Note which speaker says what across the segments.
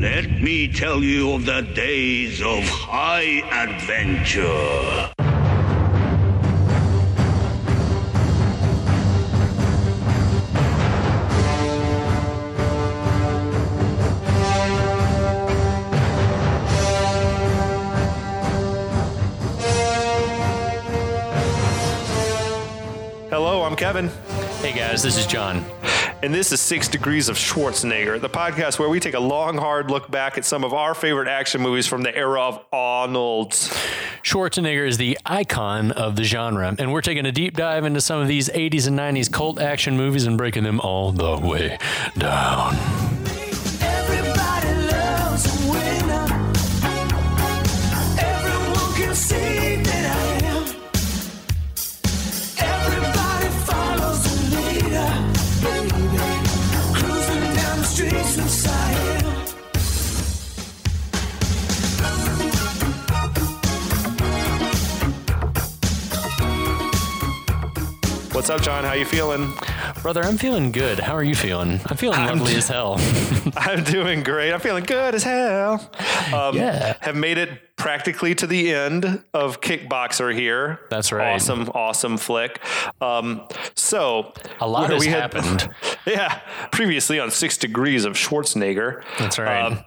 Speaker 1: Let me tell you of the days of high adventure.
Speaker 2: Hello, I'm Kevin,
Speaker 3: Hey guys, this is John.
Speaker 2: and this is Six Degrees of Schwarzenegger, the podcast where we take a long, hard look back at some of our favorite action movies from the era of Arnold's.
Speaker 3: Schwarzenegger is the icon of the genre, and we're taking a deep dive into some of these 80s and 90s cult action movies and breaking them all the way down.
Speaker 4: Everybody loves a winner. Everyone can see that I am. Everybody follows a leader, baby. Cruising down the streets of Siam.
Speaker 2: What's up, John? How you feeling?
Speaker 3: Brother, I'm feeling good. How are you feeling? I'm feeling lovely as hell.
Speaker 2: I'm doing great. I'm feeling good as hell. Um,
Speaker 3: Yeah.
Speaker 2: Have made it practically to the end of Kickboxer here.
Speaker 3: That's right.
Speaker 2: Awesome, awesome flick. Um, so
Speaker 3: A lot
Speaker 2: where
Speaker 3: has
Speaker 2: we had-
Speaker 3: happened.
Speaker 2: yeah. Previously on Six Degrees of Schwarzenegger.
Speaker 3: That's right.
Speaker 2: um,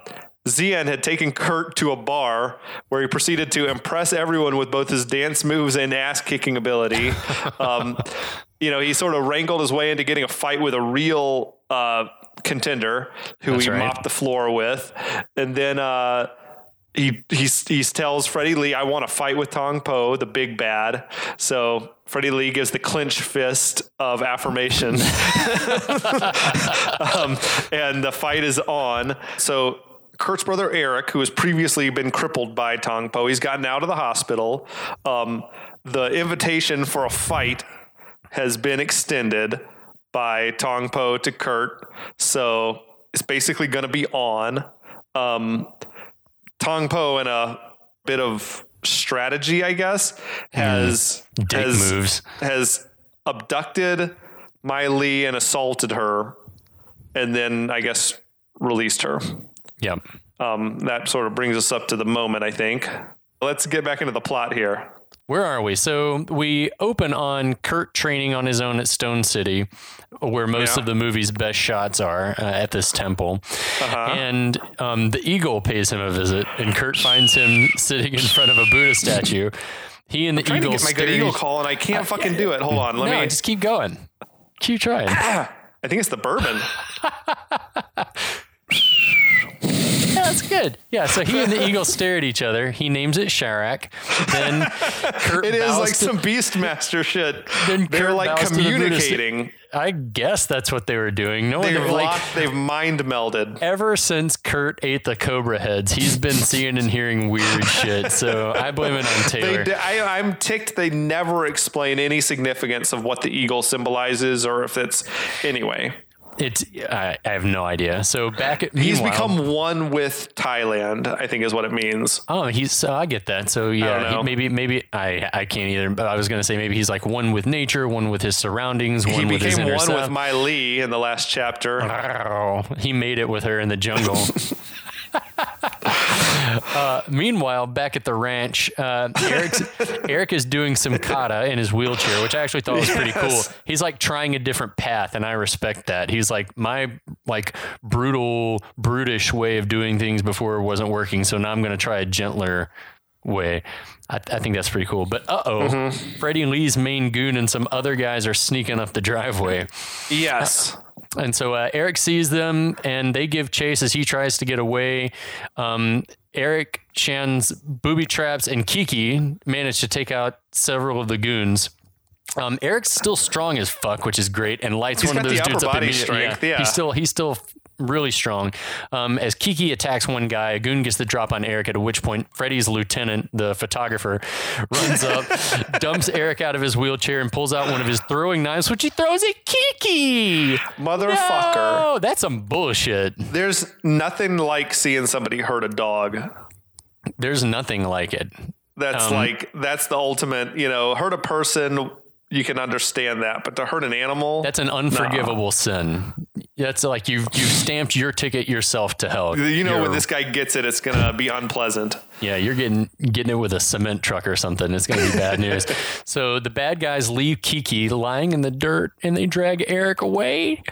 Speaker 2: Zian had taken Kurt to a bar where he proceeded to impress everyone with both his dance moves and ass kicking ability. um, you know, he sort of wrangled his way into getting a fight with a real uh, contender who
Speaker 3: That's
Speaker 2: he
Speaker 3: right.
Speaker 2: mopped the floor with. And then uh, he, he, he tells Freddie Lee, I want to fight with Tong Po, the big bad. So Freddie Lee gives the clinch fist of affirmation. um, and the fight is on. So Kurt's brother Eric, who has previously been crippled by Tong Po, he's gotten out of the hospital. Um, the invitation for a fight has been extended by Tong Po to Kurt. So it's basically going to be on. Um, Tong Po in a bit of strategy, I guess, has
Speaker 3: Mm-hmm. Dick
Speaker 2: has,
Speaker 3: moves.
Speaker 2: has abducted Mai Lee and assaulted her, and then I guess released her.
Speaker 3: Yep.
Speaker 2: Um, that sort of brings us up to the moment, I think. Let's get back into the plot here.
Speaker 3: Where are we? So we open on Kurt training on his own at Stone City, where most
Speaker 2: Yeah.
Speaker 3: of the movie's best shots are uh, at this temple.
Speaker 2: Uh-huh.
Speaker 3: And um, the eagle pays him a visit, and Kurt finds him sitting in front of a Buddha statue. He and the
Speaker 2: Trying
Speaker 3: eagle
Speaker 2: to get my good
Speaker 3: stare-
Speaker 2: eagle call, and I can't fucking do it. Hold on, let
Speaker 3: Uh, No,
Speaker 2: me. Ah.
Speaker 3: just keep going. Keep trying. yeah,
Speaker 2: I think it's the bourbon.
Speaker 3: that's good. Yeah, so he and the eagle stare at each other. He names it Sharak. Then Kurt
Speaker 2: It is
Speaker 3: bows
Speaker 2: like
Speaker 3: to-
Speaker 2: some Beastmaster shit.
Speaker 3: Then
Speaker 2: They're
Speaker 3: Kurt
Speaker 2: like
Speaker 3: bows to the Buddha sta-
Speaker 2: communicating.
Speaker 3: I guess that's what they were doing. No one
Speaker 2: They've
Speaker 3: like
Speaker 2: locked, they've mind melded.
Speaker 3: ever since Kurt ate the cobra heads, he's been seeing and hearing weird shit. So I blame it on
Speaker 2: They
Speaker 3: Taylor.
Speaker 2: d I, I'm ticked. They never explain any significance of what the eagle symbolizes, or if it's anyway.
Speaker 3: It's I, I have no idea. So back at
Speaker 2: He's
Speaker 3: meanwhile,
Speaker 2: become one with Thailand. I think is what it means.
Speaker 3: Oh, he's so I get that. So
Speaker 2: don't
Speaker 3: yeah, he-
Speaker 2: know.
Speaker 3: maybe maybe I I can't either. But I was gonna say maybe he's like one with nature, one with his surroundings, one
Speaker 2: He
Speaker 3: with his Oh,
Speaker 2: became
Speaker 3: inner
Speaker 2: one
Speaker 3: self.
Speaker 2: with My Lee in the last chapter.
Speaker 3: Ow. He made it with her in the jungle. uh, meanwhile, back at the ranch, uh, Eric's, Eric is doing some kata in his wheelchair, which I actually thought was pretty cool.
Speaker 2: Yes.
Speaker 3: He's like trying a different path, and I respect that. He's like my like brutal, brutish way of doing things before wasn't working, so now I'm going to try a gentler way. I, I think that's pretty cool. But uh oh, Freddie Lee's main goon and some other guys are sneaking up the driveway.
Speaker 2: Yes.
Speaker 3: And so uh, Eric sees them and they give chase as he tries to get away. Um, Eric, Shan's booby traps, and Kiki manage to take out several of the goons. Um, Eric's still strong as fuck, which is great, and lights one
Speaker 2: got
Speaker 3: of those
Speaker 2: the upper
Speaker 3: dudes up
Speaker 2: body
Speaker 3: immediately.
Speaker 2: strength, yeah.
Speaker 3: He's still he's still really strong. Um, as Kiki attacks one guy, a goon gets the drop on Eric, at which point Freddy's lieutenant, the photographer, runs up, dumps Eric out of his wheelchair, and pulls out one of his throwing knives, which he throws at Kiki.
Speaker 2: Motherfucker.
Speaker 3: No, that's some bullshit.
Speaker 2: There's nothing like seeing somebody hurt a dog.
Speaker 3: There's nothing like it.
Speaker 2: That's
Speaker 3: Um,
Speaker 2: like that's the ultimate. You know, hurt a person, you can understand that, but to hurt an animal,
Speaker 3: That's an unforgivable sin. That's like you've you've stamped your ticket yourself to hell.
Speaker 2: You know
Speaker 3: You're-
Speaker 2: when this guy gets it, it's gonna be unpleasant.
Speaker 3: Yeah, you're getting getting it with a cement truck or something. It's gonna be bad news. So the bad guys leave Kiki lying in the dirt and they drag Eric away.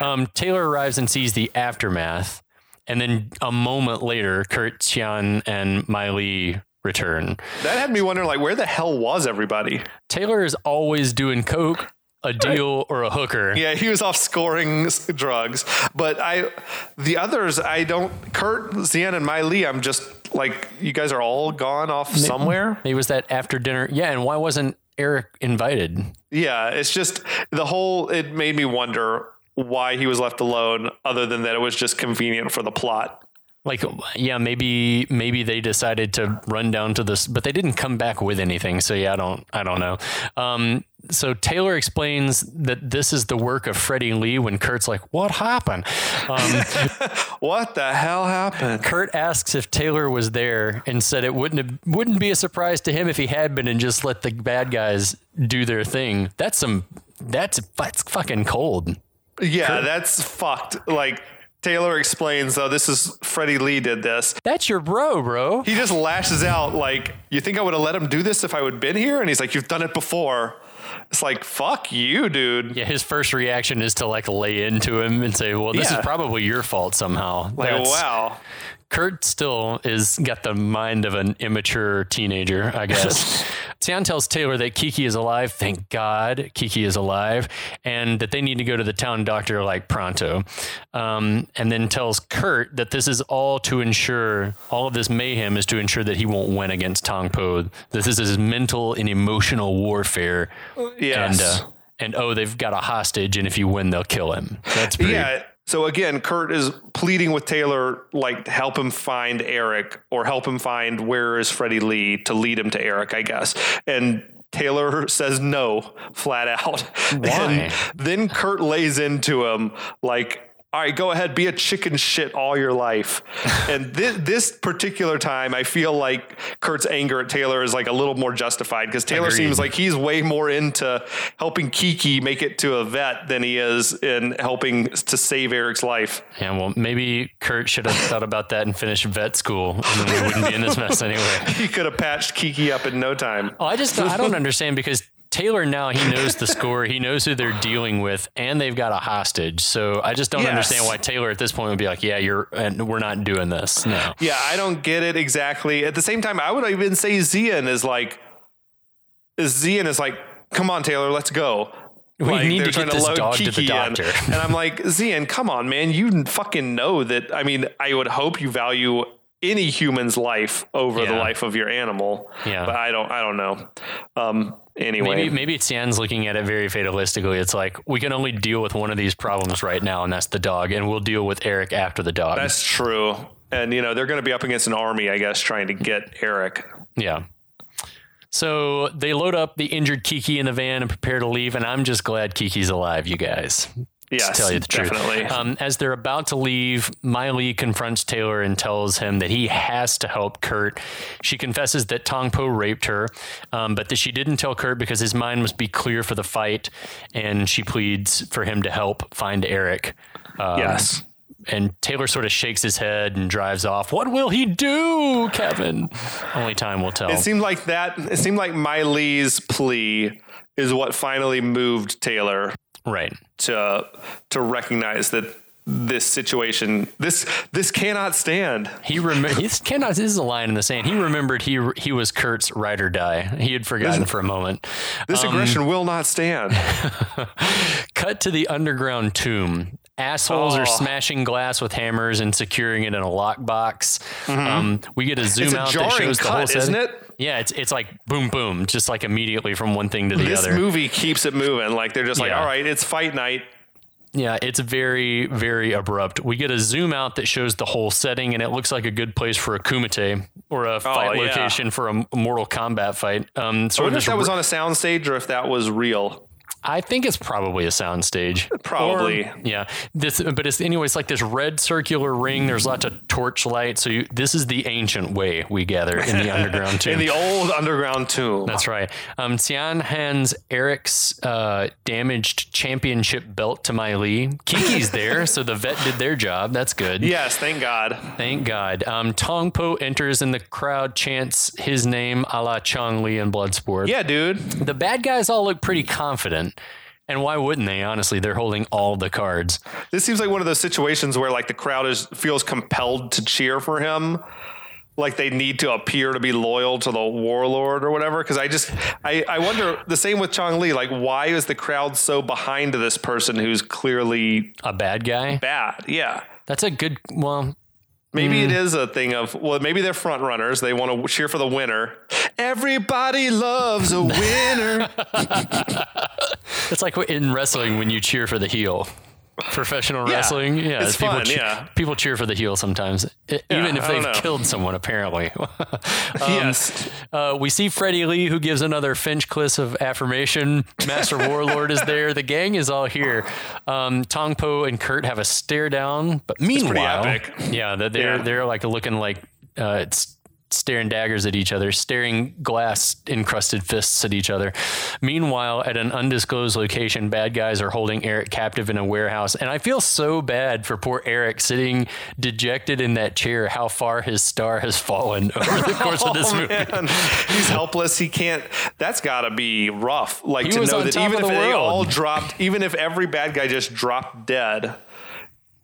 Speaker 3: Um, Taylor arrives and sees the aftermath, and then a moment later, Kurt, Tian, and Miley return.
Speaker 2: That had me wondering, like, where the hell was everybody?
Speaker 3: Taylor is always doing coke, a deal, or a hooker.
Speaker 2: Yeah, he was off scoring s- drugs. But I, the others, I don't. Kurt, Zian, and Miley, I'm just like, you guys are all gone off somewhere.
Speaker 3: It was that after dinner. Yeah, and why wasn't Eric invited?
Speaker 2: Yeah, it's just the whole. It made me wonder why he was left alone, other than that it was just convenient for the plot.
Speaker 3: Like, yeah, maybe maybe they decided to run down to this, but they didn't come back with anything. So yeah, I don't I don't know. Um, so Taylor explains that this is the work of Freddie Lee. When Kurt's like, "What happened?" Um,
Speaker 2: What the hell happened?
Speaker 3: Kurt asks if Taylor was there and said it wouldn't have, wouldn't be a surprise to him if he had been and just let the bad guys do their thing. That's some that's that's fucking cold.
Speaker 2: Yeah, that's fucked. Like Taylor explains, though, this is Freddie Lee did this.
Speaker 3: That's your bro, bro.
Speaker 2: He just lashes out like, "You think I would have let him do this if I would been here?" And he's like, "You've done it before." It's like, "Fuck you, dude."
Speaker 3: Yeah, his first reaction is to like lay into him and say, "Well, this
Speaker 2: Yeah.
Speaker 3: is probably your fault somehow."
Speaker 2: Like,
Speaker 3: That's-
Speaker 2: wow.
Speaker 3: Kurt still is got the mind of an immature teenager, I guess. Tian tells Taylor that Kiki is alive. Thank God Kiki is alive, and that they need to go to the town doctor like pronto. Um, and then tells Kurt that this is all to ensure all of this mayhem is to ensure that he won't win against Tong Po. This is his mental and emotional warfare.
Speaker 2: Yes.
Speaker 3: And, uh, and oh, they've got a hostage, and if you win, they'll kill him. That's pretty.
Speaker 2: Yeah. So again, Kurt is pleading with Taylor, like, help him find Eric or help him find where is Freddie Lee to lead him to Eric, I guess. And Taylor says no, flat out. And then Kurt lays into him, like, all right, go ahead, be a chicken shit all your life. and thi- this particular time, I feel like Kurt's anger at Taylor is like a little more justified because Taylor
Speaker 3: Agreed.
Speaker 2: seems like he's way more into helping Kiki make it to a vet than he is in helping to save Eric's life.
Speaker 3: Yeah, well, maybe Kurt should have thought about that and finished vet school, and then we wouldn't be in this mess anyway.
Speaker 2: He could have patched Kiki up in no time.
Speaker 3: Oh, I just I don't understand because Taylor now he knows the score, he knows who they're dealing with, and they've got a hostage. So I just don't
Speaker 2: Yes.
Speaker 3: understand why Taylor at this point would be like, "Yeah, you're, and we're not doing this." No,
Speaker 2: Yeah, I don't get it exactly. At the same time, I would even say Zian is like, Zian is like, come on, Taylor, let's go.
Speaker 3: We need
Speaker 2: they're
Speaker 3: to
Speaker 2: trying
Speaker 3: get this
Speaker 2: load
Speaker 3: dog to the
Speaker 2: Kiki in.
Speaker 3: doctor.
Speaker 2: and I'm like, Zian, come on, man. You fucking know that. I mean, I would hope you value any human's life over the
Speaker 3: Yeah.
Speaker 2: life of your animal.
Speaker 3: Yeah.
Speaker 2: But I don't, I don't know. Um, anyway.
Speaker 3: maybe maybe it's Jan's looking at it very fatalistically. It's like we can only deal with one of these problems right now, and that's the dog, and we'll deal with Eric after the dog.
Speaker 2: That's true. And you know, they're going to be up against an army, I guess, trying to get Eric.
Speaker 3: Yeah. So they load up the injured Kiki in the van and prepare to leave. And I'm just glad Kiki's alive, you guys.
Speaker 2: Yes,
Speaker 3: to tell you the truth.
Speaker 2: definitely.
Speaker 3: Um, as they're about to leave, Miley confronts Taylor and tells him that he has to help Kurt. She confesses that Tongpo raped her, um, but that she didn't tell Kurt because his mind must be clear for the fight. And she pleads for him to help find Eric. Um,
Speaker 2: yes.
Speaker 3: And Taylor sort of shakes his head and drives off. What will he do, Kevin? Only time will tell.
Speaker 2: It seemed like that. It seemed like Miley's plea is what finally moved Taylor
Speaker 3: right.
Speaker 2: to to recognize that this situation this this cannot stand.
Speaker 3: He remembered. This cannot. This is a line in the sand. He remembered he he was Kurt's ride or die. He had forgotten for a moment. Um,
Speaker 2: This aggression will not stand.
Speaker 3: Cut to the underground tomb. Assholes
Speaker 2: Oh.
Speaker 3: are smashing glass with hammers and securing it in a lockbox. Um, we get a
Speaker 2: Mm-hmm.
Speaker 3: zoom
Speaker 2: It's a
Speaker 3: out that
Speaker 2: jarring
Speaker 3: shows the whole
Speaker 2: cut,
Speaker 3: set.
Speaker 2: isn't it?
Speaker 3: Yeah, it's it's like boom boom, just like immediately from one thing to the
Speaker 2: This
Speaker 3: other.
Speaker 2: movie keeps it moving. Like they're just like,
Speaker 3: Yeah.
Speaker 2: all right, it's fight night.
Speaker 3: Yeah, it's very, very abrupt. We get a zoom out that shows the whole setting, and it looks like a good place for a kumite or a fight
Speaker 2: Oh, yeah.
Speaker 3: location for a Mortal Kombat fight. Um,
Speaker 2: I
Speaker 3: sort of
Speaker 2: wonder if
Speaker 3: this
Speaker 2: that was
Speaker 3: r-
Speaker 2: on a soundstage or if that was real.
Speaker 3: I think it's probably a soundstage.
Speaker 2: Probably.
Speaker 3: Or- yeah. This, but it's anyways like this red circular ring. There's lots of torch light. So you, this is the ancient way we gather in the underground tomb.
Speaker 2: in the old underground tomb.
Speaker 3: That's right. Um, Tian hands Eric's uh, damaged championship belt to Miley. Kiki's there, so the vet did their job. That's good.
Speaker 2: yes, thank God.
Speaker 3: Thank God. Um, Tong Po enters and the crowd chants his name a la Chong Li in Bloodsport.
Speaker 2: Yeah, dude.
Speaker 3: The bad guys all look pretty confident. And why wouldn't they? Honestly, they're holding all the cards.
Speaker 2: This seems like one of those situations where like the crowd is feels compelled to cheer for him. Like they need to appear to be loyal to the warlord or whatever. Cause I just, I, I wonder the same with Chong Li. Like, why is the crowd so behind this person who's clearly
Speaker 3: A bad guy?
Speaker 2: bad? Yeah.
Speaker 3: That's a good. Well,
Speaker 2: Maybe it is a thing of, well, maybe they're front runners. They want to cheer for the winner. Everybody loves a winner.
Speaker 3: it's like in wrestling when you cheer for the heel. Professional wrestling, yeah,
Speaker 2: it's
Speaker 3: people
Speaker 2: fun,
Speaker 3: che-
Speaker 2: yeah.
Speaker 3: people cheer for the heel sometimes, e- even if
Speaker 2: I
Speaker 3: they've
Speaker 2: don't know.
Speaker 3: killed someone. Apparently,
Speaker 2: yes.
Speaker 3: Uh, we see Freddie Lee, who gives another Finchcliff of affirmation. Master Warlord is there. The gang is all here. Um, Tong Po and Kurt have a stare down, but meanwhile,
Speaker 2: epic.
Speaker 3: yeah, that they're
Speaker 2: Yeah.
Speaker 3: they're like looking like uh, it's staring daggers at each other, staring glass encrusted fists at each other. Meanwhile, at an undisclosed location, bad guys are holding Eric captive in a warehouse, and I feel so bad for poor Eric sitting dejected in that chair. How far his star has fallen over the course of this
Speaker 2: Oh,
Speaker 3: movie.
Speaker 2: man. He's helpless. He can't. That's got to be rough. Like
Speaker 3: He
Speaker 2: to
Speaker 3: was
Speaker 2: know
Speaker 3: on
Speaker 2: that
Speaker 3: top
Speaker 2: even
Speaker 3: of
Speaker 2: if
Speaker 3: the
Speaker 2: they
Speaker 3: world.
Speaker 2: all dropped, even if every bad guy just dropped dead,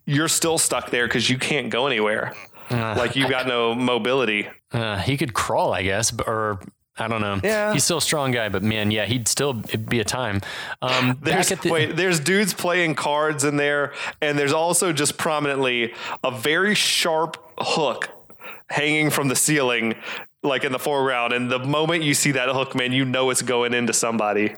Speaker 2: you're still stuck there because you can't go anywhere.
Speaker 3: Ah.
Speaker 2: like you've got no mobility.
Speaker 3: Uh, he could crawl, I guess, b- or I don't know.
Speaker 2: Yeah.
Speaker 3: He's still a strong guy, but man, yeah, he'd still it'd be a time. Um,
Speaker 2: There's,
Speaker 3: back at the,
Speaker 2: wait, there's dudes playing cards in there, and there's also just prominently a very sharp hook hanging from the ceiling, like in the foreground. And the moment you see that hook, man, you know it's going into somebody.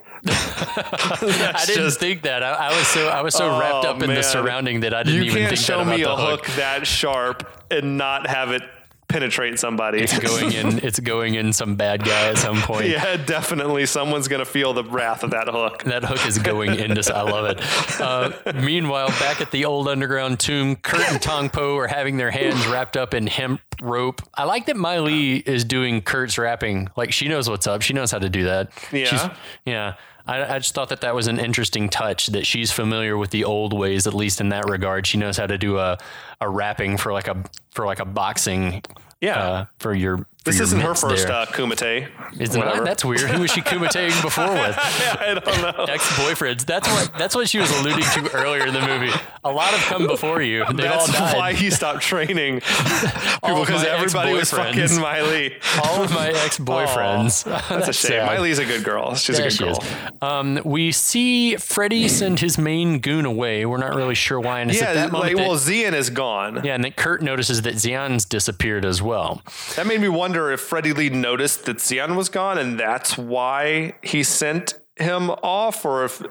Speaker 3: I didn't think that. I, I was so I was so wrapped
Speaker 2: Oh,
Speaker 3: up in
Speaker 2: man.
Speaker 3: the surrounding that I didn't
Speaker 2: you
Speaker 3: even
Speaker 2: can't
Speaker 3: think
Speaker 2: show
Speaker 3: that about
Speaker 2: me
Speaker 3: the
Speaker 2: a hook. that sharp and not have it penetrate somebody.
Speaker 3: Going in, it's going in some bad guy at some point.
Speaker 2: yeah, definitely. Someone's gonna feel the wrath of that hook.
Speaker 3: That hook is going into. I love it. Uh, meanwhile, back at the old underground tomb, Kurt and Tong Po are having their hands wrapped up in hemp rope. I like that Miley is doing Kurt's rapping. Like she knows what's up. She knows how to do that. She's,
Speaker 2: Yeah.
Speaker 3: yeah. I, I just thought that that was an interesting touch that she's familiar with the old ways, at least in that regard. She knows how to do a, a rapping for like a for like a boxing.
Speaker 2: Yeah.
Speaker 3: uh, for your. For
Speaker 2: This
Speaker 3: your
Speaker 2: isn't her
Speaker 3: mitts
Speaker 2: first
Speaker 3: there.
Speaker 2: uh, kumite.
Speaker 3: It's not-
Speaker 2: Whatever.
Speaker 3: That's weird. Who was she kumateing before with?
Speaker 2: I don't know.
Speaker 3: ex-boyfriends. That's what that's what she was alluding to earlier in the movie. A lot have come before you. They all
Speaker 2: That's
Speaker 3: died.
Speaker 2: why he stopped training.
Speaker 3: All
Speaker 2: People,
Speaker 3: of
Speaker 2: because
Speaker 3: my
Speaker 2: everybody was
Speaker 3: ex-boyfriends.
Speaker 2: fucking Miley.
Speaker 3: All of my ex-boyfriends.
Speaker 2: That's, a shame.
Speaker 3: sad.
Speaker 2: Miley's a good girl. She's
Speaker 3: There
Speaker 2: a good
Speaker 3: she
Speaker 2: girl.
Speaker 3: is. Um, we see Freddy send his main goon away. We're not really sure why. And it's
Speaker 2: Yeah,
Speaker 3: at that
Speaker 2: like
Speaker 3: moment that-
Speaker 2: well, Zian is gone.
Speaker 3: yeah, and then Kurt notices that Zian's disappeared as well.
Speaker 2: That made me wonder if Freddie Lee noticed that Zion was gone and that's why he sent him off, or if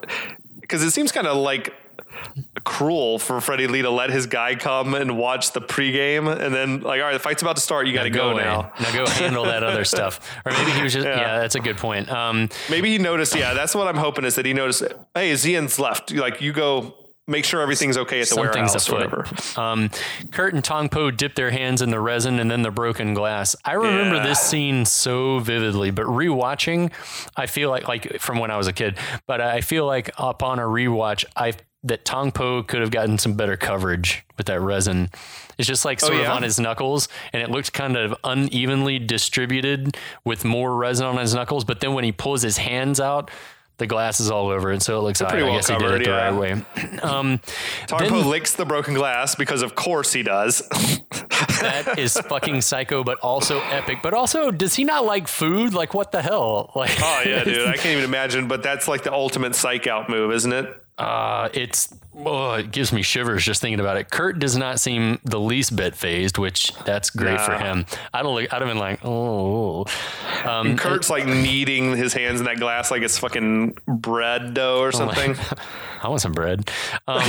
Speaker 2: because it seems kind of like cruel for Freddie Lee to let his guy come and watch the pregame and then like, all right, the fight's about to start, you got to go
Speaker 3: away.
Speaker 2: now.
Speaker 3: Now go handle that other stuff. Or maybe he was just yeah, that's a good point. Um,
Speaker 2: Maybe he noticed. Yeah, that's what I'm hoping is that he noticed. Hey, Zian's left. You, Like you go. Make sure everything's okay at the
Speaker 3: Something's
Speaker 2: warehouse, or
Speaker 3: afoot.
Speaker 2: whatever.
Speaker 3: Um, Kurt and Tong Po dip their hands in the resin and then the broken glass. I remember
Speaker 2: Yeah.
Speaker 3: this scene so vividly, but rewatching, I feel like like from when I was a kid, but I feel like upon a rewatch, I that Tong Po could have gotten some better coverage with that resin. It's just like sort
Speaker 2: Oh, yeah?
Speaker 3: of on his knuckles, and it looked kind of unevenly distributed with more resin on his knuckles. But then when he pulls his hands out, the glass is all over it, so it looks.
Speaker 2: pretty
Speaker 3: I
Speaker 2: well
Speaker 3: guess he
Speaker 2: covered,
Speaker 3: did it the
Speaker 2: yeah.
Speaker 3: right way. Um,
Speaker 2: Tarpo
Speaker 3: then-
Speaker 2: licks the broken glass because, of course, he does.
Speaker 3: that is fucking psycho, but also epic. But also, does he not like food? Like, what the hell? Like,
Speaker 2: oh yeah, dude, I can't even imagine. But that's like the ultimate psych out move, isn't it?
Speaker 3: uh, it's oh, it gives me shivers just thinking about it. Kurt does not seem the least bit phased, which that's great for
Speaker 2: Nah.
Speaker 3: him. I don't. I'd have been like, oh, um,
Speaker 2: Kurt's like kneading his hands in that glass like it's fucking bread dough
Speaker 3: Oh
Speaker 2: or something.
Speaker 3: I want some bread. Um,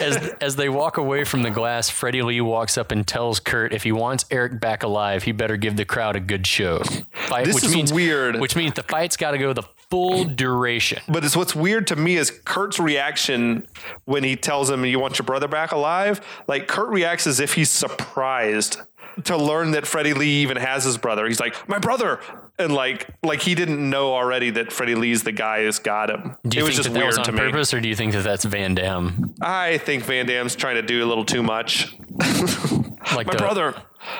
Speaker 3: as as they walk away from the glass, Freddie Lee walks up and tells Kurt if he wants Eric back alive, he better give the crowd a good show. Fight,
Speaker 2: This is
Speaker 3: means,
Speaker 2: weird.
Speaker 3: Which means the fight's got to go the full duration.
Speaker 2: But it's what's weird to me is Kurt's reaction when he tells him you want your brother back alive. Like Kurt reacts as if he's surprised to learn that Freddie Lee even has his brother. He's like, "My brother." And like like he didn't know already that Freddie Lee's the guy who's got him.
Speaker 3: Do
Speaker 2: it
Speaker 3: you
Speaker 2: was
Speaker 3: think
Speaker 2: just
Speaker 3: that, that
Speaker 2: weird
Speaker 3: was on
Speaker 2: to me.
Speaker 3: purpose, or do you think that that's Van Damme?
Speaker 2: I think Van Damme's trying to do a little too much.
Speaker 3: Like
Speaker 2: Ah, My
Speaker 3: the-
Speaker 2: brother.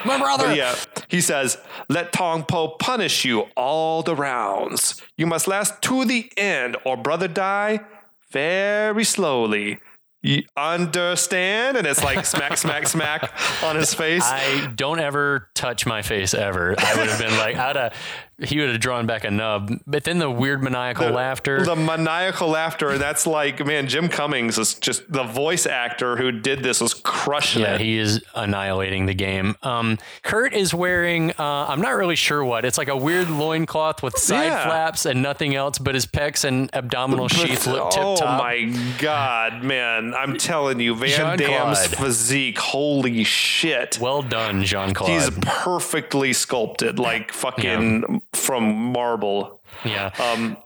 Speaker 3: my brother.
Speaker 2: But yeah, he says, "Let Tong Po punish you all the rounds. You must last to the end, or brother die very slowly." You understand? And it's like smack, smack, smack on his face.
Speaker 3: I don't ever touch my face ever. I would have been like, I'd have, he would have drawn back a nub. But then the weird maniacal laughter.
Speaker 2: The maniacal laughter. And that's like, man, Jim Cummings is just the voice actor who did this was crushing
Speaker 3: yeah,
Speaker 2: it.
Speaker 3: he is annihilating the game. Um, Kurt is wearing, uh, I'm not really sure what. It's like a weird loincloth with side
Speaker 2: Yeah.
Speaker 3: flaps and nothing else, but his pecs and abdominal sheath look tip
Speaker 2: oh
Speaker 3: top.
Speaker 2: my god, man! I'm telling you, Van
Speaker 3: Jean-Claude.
Speaker 2: Damme's physique. Holy shit!
Speaker 3: Well done, Jean Claude.
Speaker 2: He's perfectly sculpted, like fucking from marble.
Speaker 3: yeah.
Speaker 2: Um,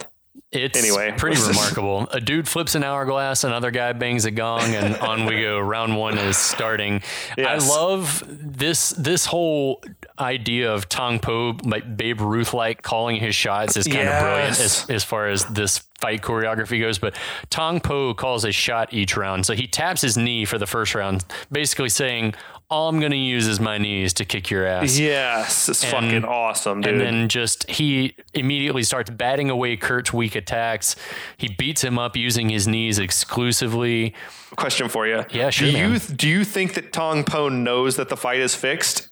Speaker 3: It's
Speaker 2: Anyway.
Speaker 3: pretty remarkable. A dude flips an hourglass, another guy bangs a gong, and on we go. Round one is starting.
Speaker 2: Yes.
Speaker 3: I love this this whole idea of Tong Po, like Babe Ruth like calling his shots is kind of brilliant
Speaker 2: Yes.
Speaker 3: as, as far as this fight choreography goes. But Tong Po calls a shot each round. So he taps his knee for the first round, basically saying, All I'm gonna use is my knees to kick your ass.
Speaker 2: yes, it's fucking awesome, dude.
Speaker 3: And then just he immediately starts batting away Kurt's weak attacks. He beats him up using his knees exclusively.
Speaker 2: Question for you:
Speaker 3: Yeah, sure,
Speaker 2: Do you
Speaker 3: man.
Speaker 2: do you think that Tong Po knows that the fight is fixed?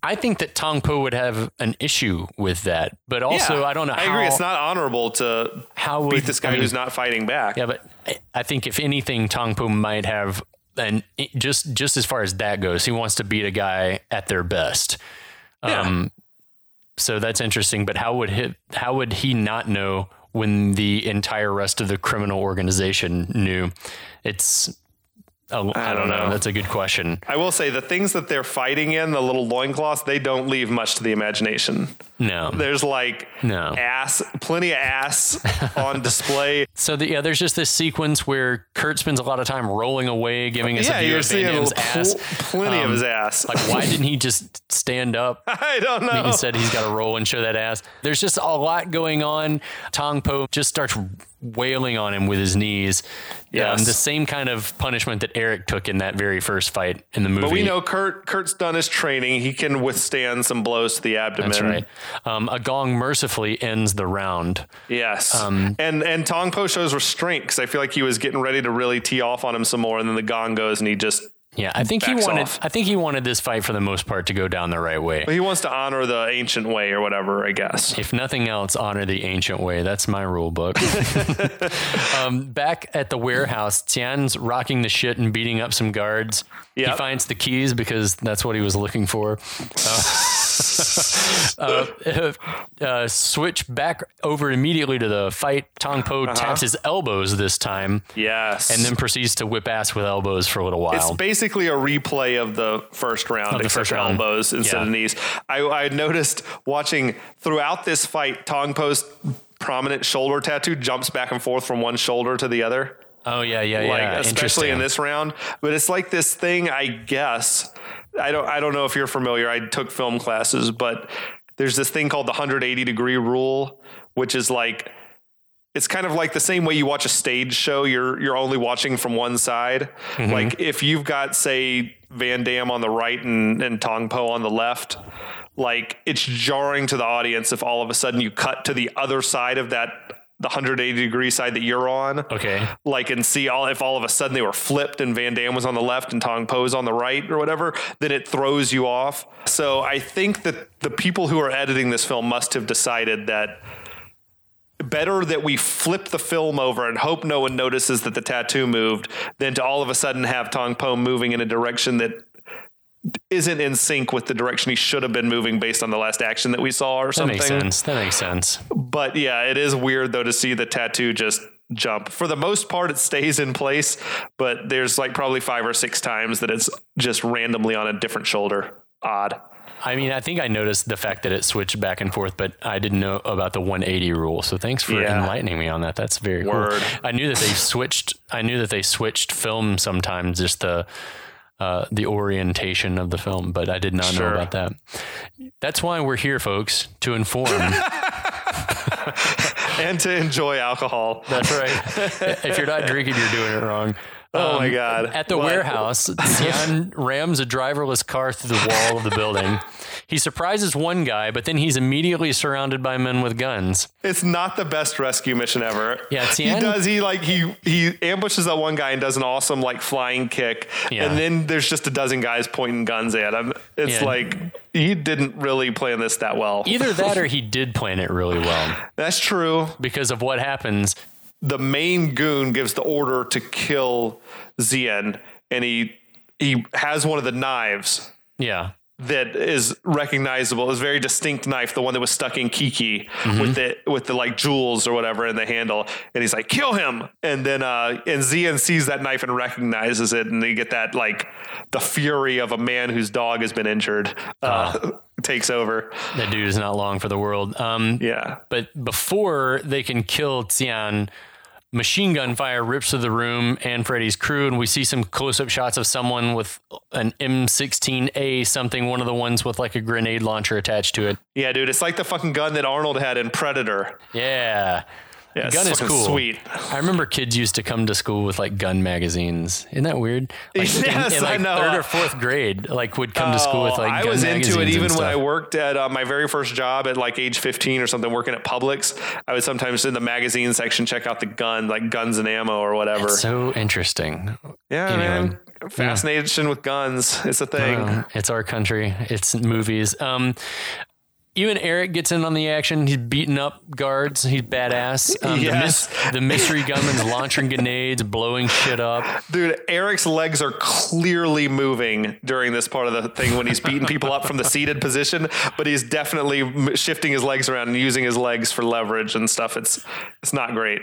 Speaker 3: I think that Tong Po would have an issue with that, but also
Speaker 2: Yeah.
Speaker 3: I don't know
Speaker 2: I
Speaker 3: how,
Speaker 2: agree. It's not honorable to
Speaker 3: how would
Speaker 2: beat this guy
Speaker 3: I mean,
Speaker 2: who's not fighting back.
Speaker 3: Yeah, but I- I think if anything, Tong Po might have, and just just as far as that goes, he wants to beat a guy at their best. Um, so that's interesting. But how would he, how would he not know when the entire rest of the criminal organization knew? It's oh, I,
Speaker 2: don't
Speaker 3: don't know.
Speaker 2: know.
Speaker 3: That's a good question.
Speaker 2: I will say the things that they're fighting in, the little loincloths, they don't leave much to the imagination.
Speaker 3: No.
Speaker 2: There's like
Speaker 3: No.
Speaker 2: ass, plenty of ass on display.
Speaker 3: so the, yeah, there's just this sequence where Kurt spends a lot of time rolling away, giving us
Speaker 2: yeah,
Speaker 3: a view
Speaker 2: you're
Speaker 3: of Van
Speaker 2: seeing
Speaker 3: Damme's
Speaker 2: pl-
Speaker 3: ass. Um,
Speaker 2: plenty of his ass.
Speaker 3: Like, why didn't he just stand up
Speaker 2: I don't know.
Speaker 3: He said he's got to roll and show that ass. There's just a lot going on. Tong Po just starts wailing on him with his knees.
Speaker 2: Yes.
Speaker 3: the same kind of punishment that Eric took in that very first fight in the movie.
Speaker 2: But we know Kurt. Kurt's done his training. He can withstand some blows to the abdomen.
Speaker 3: That's right. Um, a gong mercifully ends the round.
Speaker 2: Yes.
Speaker 3: Um,
Speaker 2: and and Tong Po shows restraint because I feel like he was getting ready to really tee off on him some more, and then the gong goes, and he just
Speaker 3: Yeah, I think he
Speaker 2: Backs
Speaker 3: wanted.
Speaker 2: off.
Speaker 3: I think he wanted this fight for the most part to go down the right way.
Speaker 2: he wants to honor the ancient way or whatever. I guess.
Speaker 3: If nothing else, honor the ancient way. That's my rule book. um, back at the warehouse, Tian's rocking the shit and beating up some guards. He
Speaker 2: Yep.
Speaker 3: finds the keys because that's what he was looking for. Uh, uh, uh, switch back over immediately to the fight. Tong Po
Speaker 2: Uh-huh.
Speaker 3: taps his elbows this time
Speaker 2: Yes.
Speaker 3: and then proceeds to whip ass with elbows for a little
Speaker 2: It's
Speaker 3: while.
Speaker 2: basically a replay of the first round,
Speaker 3: the
Speaker 2: except
Speaker 3: first round.
Speaker 2: elbows instead
Speaker 3: Yeah.
Speaker 2: of knees. I, I noticed watching throughout this fight, Tong Po's prominent shoulder tattoo jumps back and forth from one shoulder to the other.
Speaker 3: oh, yeah, yeah,
Speaker 2: like
Speaker 3: yeah.
Speaker 2: especially in
Speaker 3: Interesting.
Speaker 2: this round. But it's like this thing, I guess. I don't I don't know if you're familiar. I took film classes, but there's this thing called the 180 degree rule, which is like it's kind of like the same way you watch a stage show, you're you're only watching from one side.
Speaker 3: Mm-hmm.
Speaker 2: Like if you've got say Van Damme on the right and, and Tong Po on the left, like it's jarring to the audience if all of a sudden you cut to the other side of that the 180 degree side that you're on
Speaker 3: Okay.
Speaker 2: like and see all if all of a sudden they were flipped and Van Dam was on the left and Tong Po's on the right or whatever, then it throws you off. So I think that the people who are editing this film must have decided that better that we flip the film over and hope no one notices that the tattoo moved than to all of a sudden have Tong Po moving in a direction that isn't in sync with the direction he should have been moving based on the last action that we saw or
Speaker 3: That
Speaker 2: something.
Speaker 3: makes sense. That makes sense.
Speaker 2: But yeah, it is weird though to see the tattoo just jump. For the most part, it stays in place, but there's like probably five or six times that it's just randomly on a different shoulder. Odd.
Speaker 3: I mean, I think I noticed the fact that it switched back and forth, but I didn't know about the 180 rule. So thanks for
Speaker 2: Yeah.
Speaker 3: enlightening me on that. That's very
Speaker 2: Word.
Speaker 3: cool. I knew that they switched. I knew that they switched film sometimes, just the uh, the orientation of the film, but I did not
Speaker 2: Sure.
Speaker 3: know about that. That's why we're here, folks, to inform.
Speaker 2: and to enjoy alcohol.
Speaker 3: That's right. if you're not drinking, you're doing it wrong.
Speaker 2: Oh my God.
Speaker 3: Um, At the
Speaker 2: What?
Speaker 3: warehouse, Sion rams a driverless car through the wall of the building. He surprises one guy, but then he's immediately surrounded by men with guns.
Speaker 2: It's not the best rescue mission ever.
Speaker 3: Yeah,
Speaker 2: he
Speaker 3: Tian-
Speaker 2: does. He like he he ambushes that one guy and does an awesome like flying kick,
Speaker 3: Yeah.
Speaker 2: and then there's just a dozen guys pointing guns at him. It's
Speaker 3: Yeah.
Speaker 2: like he didn't really plan this that well.
Speaker 3: Either that or he did plan it really well
Speaker 2: That's true.
Speaker 3: because of what happens.
Speaker 2: The main goon gives the order to kill Zien, and he he has one of the knives
Speaker 3: Yeah.
Speaker 2: that is recognizable. It's a very distinct knife, the one that was stuck in Kiki with the with the like jewels or whatever in the handle. And he's like, kill him. And then uh and Zian sees that knife and recognizes it, and they get that like the fury of a man whose dog has been injured uh, takes over.
Speaker 3: That dude is not long for the world. Um,
Speaker 2: Yeah.
Speaker 3: But before they can kill Tian, machine gun fire rips through the room and Freddy's crew, and we see some close-up shots of someone with an M16A something, one of the ones with like a grenade launcher attached to it.
Speaker 2: Yeah, dude. It's like the fucking gun that Arnold had in Predator.
Speaker 3: Yeah.
Speaker 2: Yeah, it's
Speaker 3: gun is
Speaker 2: fucking
Speaker 3: cool.
Speaker 2: sweet.
Speaker 3: I remember kids used to come to school with like gun magazines. Isn't that weird? Like in-
Speaker 2: Yes,
Speaker 3: in, like
Speaker 2: I know.
Speaker 3: third or fourth grade, like would come to school with like
Speaker 2: Oh, I
Speaker 3: gun
Speaker 2: was
Speaker 3: magazines
Speaker 2: into it
Speaker 3: and
Speaker 2: even when
Speaker 3: stuff.
Speaker 2: I worked at uh, my very first job at like age 15 or something, working at Publix. I would sometimes in the magazine section check out the gun, like guns and ammo or whatever.
Speaker 3: So interesting.
Speaker 2: yeah,
Speaker 3: anyway.
Speaker 2: man. Fascination with guns. It's a thing.
Speaker 3: Um, it's our country. It's movies. Um, even Eric gets in on the action. He's beating up guards. He's badass. Um,
Speaker 2: Yes.
Speaker 3: the, the mystery gunman's launching grenades, blowing shit up.
Speaker 2: Dude, Eric's legs are clearly moving during this part of the thing when he's beating people up from the seated position, but he's definitely m- shifting his legs around and using his legs for leverage and stuff. It's it's not great.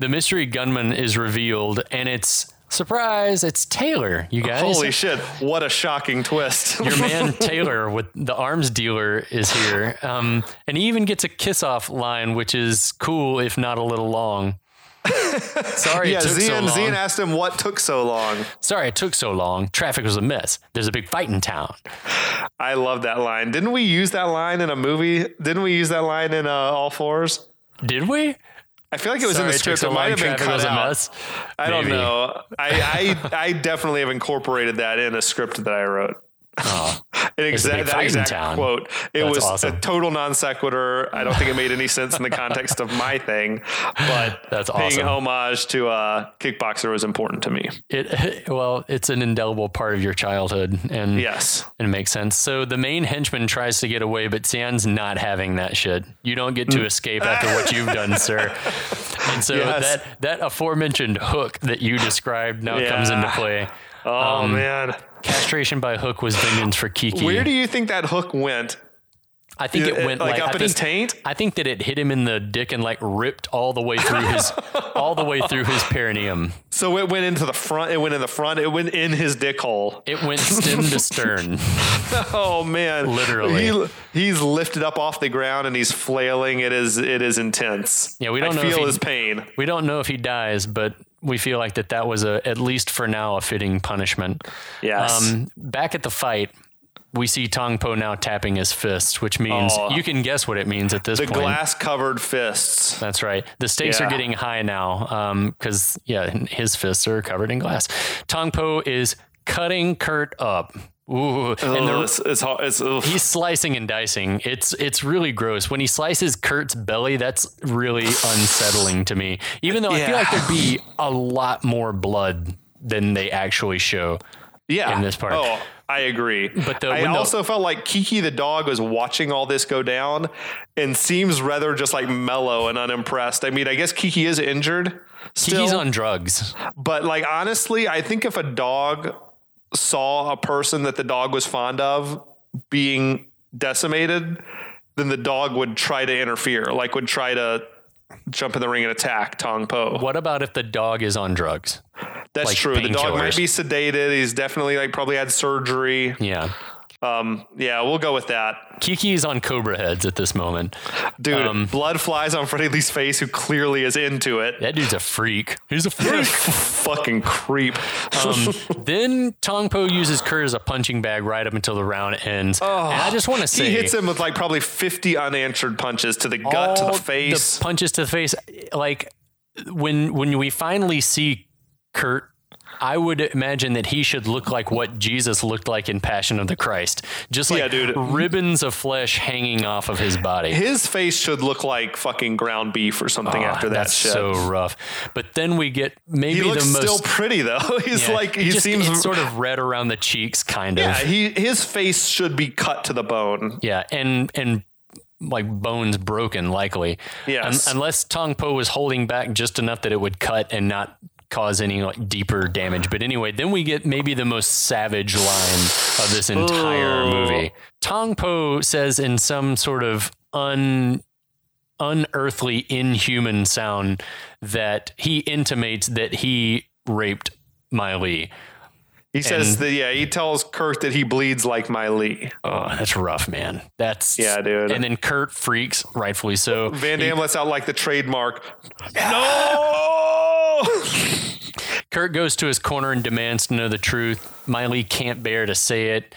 Speaker 3: The mystery gunman is revealed, and it's surprise. It's Taylor. You guys,
Speaker 2: Holy shit, what a shocking twist.
Speaker 3: your man Taylor with the arms dealer is here, um, and he even gets a kiss off line, which is cool if not a little long. Sorry,
Speaker 2: yeah,
Speaker 3: it took so
Speaker 2: Zian,
Speaker 3: long.
Speaker 2: Zian asked him what took so long.
Speaker 3: Sorry it took so long. Traffic was a mess. There's a big fight in town.
Speaker 2: I love that line. Didn't we use that line in a movie? Didn't we use that line in uh, All Fours?
Speaker 3: Did we?
Speaker 2: I feel like it was
Speaker 3: Sorry
Speaker 2: in the script. It,
Speaker 3: so
Speaker 2: might
Speaker 3: long.
Speaker 2: have been
Speaker 3: Traffic
Speaker 2: cut
Speaker 3: was a
Speaker 2: out.
Speaker 3: mess.
Speaker 2: I don't
Speaker 3: Maybe.
Speaker 2: know. I, I I definitely have incorporated that in a script that I wrote. An
Speaker 3: a
Speaker 2: exact,
Speaker 3: big
Speaker 2: that
Speaker 3: fight in
Speaker 2: exact
Speaker 3: town.
Speaker 2: quote. It
Speaker 3: That's
Speaker 2: was a
Speaker 3: awesome.
Speaker 2: total non sequitur. I don't think it made any sense in the context of my thing, but
Speaker 3: That's
Speaker 2: paying
Speaker 3: awesome.
Speaker 2: homage to uh, Kickboxer was important to me.
Speaker 3: It well, it's an indelible part of your childhood, and
Speaker 2: Yes.
Speaker 3: it makes sense. So the main henchman tries to get away, but San's not having that shit. You don't get to escape after what you've done, sir. And so
Speaker 2: Mm. Yes.
Speaker 3: that that aforementioned hook that you described now comes
Speaker 2: Yeah.
Speaker 3: into play.
Speaker 2: Oh,
Speaker 3: Um,
Speaker 2: man.
Speaker 3: Castration by hook was vengeance for Kiki.
Speaker 2: Where do you think that hook went?
Speaker 3: I think it,
Speaker 2: It-
Speaker 3: went
Speaker 2: like
Speaker 3: like,
Speaker 2: up
Speaker 3: I
Speaker 2: in his
Speaker 3: think-
Speaker 2: taint?
Speaker 3: I think that it hit him in the dick and like ripped all the way through his all the way through his perineum.
Speaker 2: So it went into the front. It went in the front. It went in his dick hole.
Speaker 3: It went stem to stern.
Speaker 2: Oh man!
Speaker 3: Literally.
Speaker 2: he, he's lifted up off the ground and he's flailing. It is it is intense.
Speaker 3: Yeah, we don't
Speaker 2: I
Speaker 3: know if
Speaker 2: feel
Speaker 3: he-
Speaker 2: his pain.
Speaker 3: We don't know if he dies, but we feel like that that was a at least for now a fitting punishment.
Speaker 2: Yes.
Speaker 3: Um, back at the fight, we see Tong Po now tapping his fist, which means
Speaker 2: Oh.
Speaker 3: you can guess what it means at this
Speaker 2: the
Speaker 3: point.
Speaker 2: glass covered fists.
Speaker 3: That's right. The stakes
Speaker 2: Yeah.
Speaker 3: are getting high now because, yeah, his fists are covered in glass. Tong Po is cutting Kurt up. Ooh.
Speaker 2: Oh,
Speaker 3: And the,
Speaker 2: it's, it's, hard- it's, ugh.
Speaker 3: he's slicing and dicing. It's it's really gross. When he slices Kurt's belly, that's really unsettling to me. Even though I feel
Speaker 2: Yeah.
Speaker 3: like there'd be a lot more blood than they actually show.
Speaker 2: yeah.
Speaker 3: in this part.
Speaker 2: Oh, I agree. But
Speaker 3: the
Speaker 2: I
Speaker 3: window-
Speaker 2: also felt like Kiki the dog was watching all this go down and seems rather just like mellow and unimpressed. I mean, I guess Kiki is injured. Still.
Speaker 3: He's on drugs.
Speaker 2: But like honestly, I think if a dog saw a person that the dog was fond of being decimated, then the dog would try to interfere, like would try to jump in the ring and attack Tong Po.
Speaker 3: What about if the dog is on drugs?
Speaker 2: That's
Speaker 3: like,
Speaker 2: true. The dog might
Speaker 3: painkillers.
Speaker 2: be sedated. He's definitely like probably had surgery.
Speaker 3: Yeah.
Speaker 2: Um, yeah, we'll go with that,
Speaker 3: Kiki is on Cobra Heads at this moment.
Speaker 2: dude.
Speaker 3: Um,
Speaker 2: blood flies on Freddy Lee's face, who clearly is into it.
Speaker 3: That dude's a freak. He's a freak.
Speaker 2: Fucking creep.
Speaker 3: Um, then Tongpo uses Kurt as a punching bag right up until the round ends. and I just want to say
Speaker 2: Oh, he hits him with like probably 50 unanswered punches to the gut, to
Speaker 3: all
Speaker 2: the face.
Speaker 3: punches to the face. Like when when we finally see Kurt, I would imagine that he should look like what Jesus looked like in Passion of the Christ, just like
Speaker 2: Yeah, dude.
Speaker 3: ribbons of flesh hanging off of his body.
Speaker 2: His face should look like fucking ground beef or something
Speaker 3: Ah,
Speaker 2: after that
Speaker 3: that's
Speaker 2: shit.
Speaker 3: so rough. But then we get maybe
Speaker 2: he looks
Speaker 3: the most
Speaker 2: still pretty though. He's
Speaker 3: yeah,
Speaker 2: like he
Speaker 3: just- it's
Speaker 2: seems
Speaker 3: sort of red around the cheeks, kind
Speaker 2: yeah.
Speaker 3: of.
Speaker 2: He his face should be cut to the bone.
Speaker 3: Yeah, and and like bones broken, likely.
Speaker 2: Yes.
Speaker 3: unless Tong Po was holding back just enough that it would cut and not cause any like deeper damage. But anyway, then we get maybe the most savage line of this entire
Speaker 2: Oh.
Speaker 3: movie. Tong Po says in some sort of un unearthly inhuman sound that he intimates that he raped Miley.
Speaker 2: He says
Speaker 3: And-
Speaker 2: that yeah. He tells Kirk that he bleeds like my Lee.
Speaker 3: Oh, that's rough, man. That's
Speaker 2: Yeah, dude.
Speaker 3: And then Kurt freaks, rightfully so.
Speaker 2: Van Damme lets out like the trademark. No.
Speaker 3: Kurt goes to his corner and demands to know the truth. Miley can't bear to say it.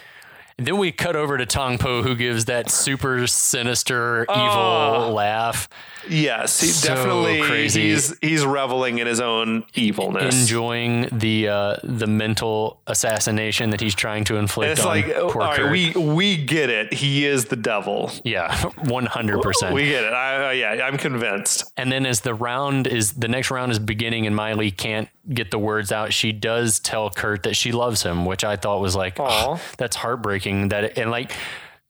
Speaker 3: And then we cut over to Tong Po, who gives that super sinister,
Speaker 2: Ah.
Speaker 3: evil laugh,
Speaker 2: yes, he
Speaker 3: So
Speaker 2: definitely
Speaker 3: crazy.
Speaker 2: he's he's reveling in his own evilness.
Speaker 3: enjoying the uh, the mental assassination that he's trying to inflict
Speaker 2: It's
Speaker 3: on
Speaker 2: like oh, all
Speaker 3: poor
Speaker 2: right,
Speaker 3: Kurt.
Speaker 2: we we get it. He is the devil.
Speaker 3: yeah, one hundred percent.
Speaker 2: We get it. I, uh, yeah, I'm convinced.
Speaker 3: And then as the round is the next round is beginning and Miley can't get the words out, she does tell Kurt that she loves him, which I thought was like
Speaker 2: Aw.
Speaker 3: that's heartbreaking that and like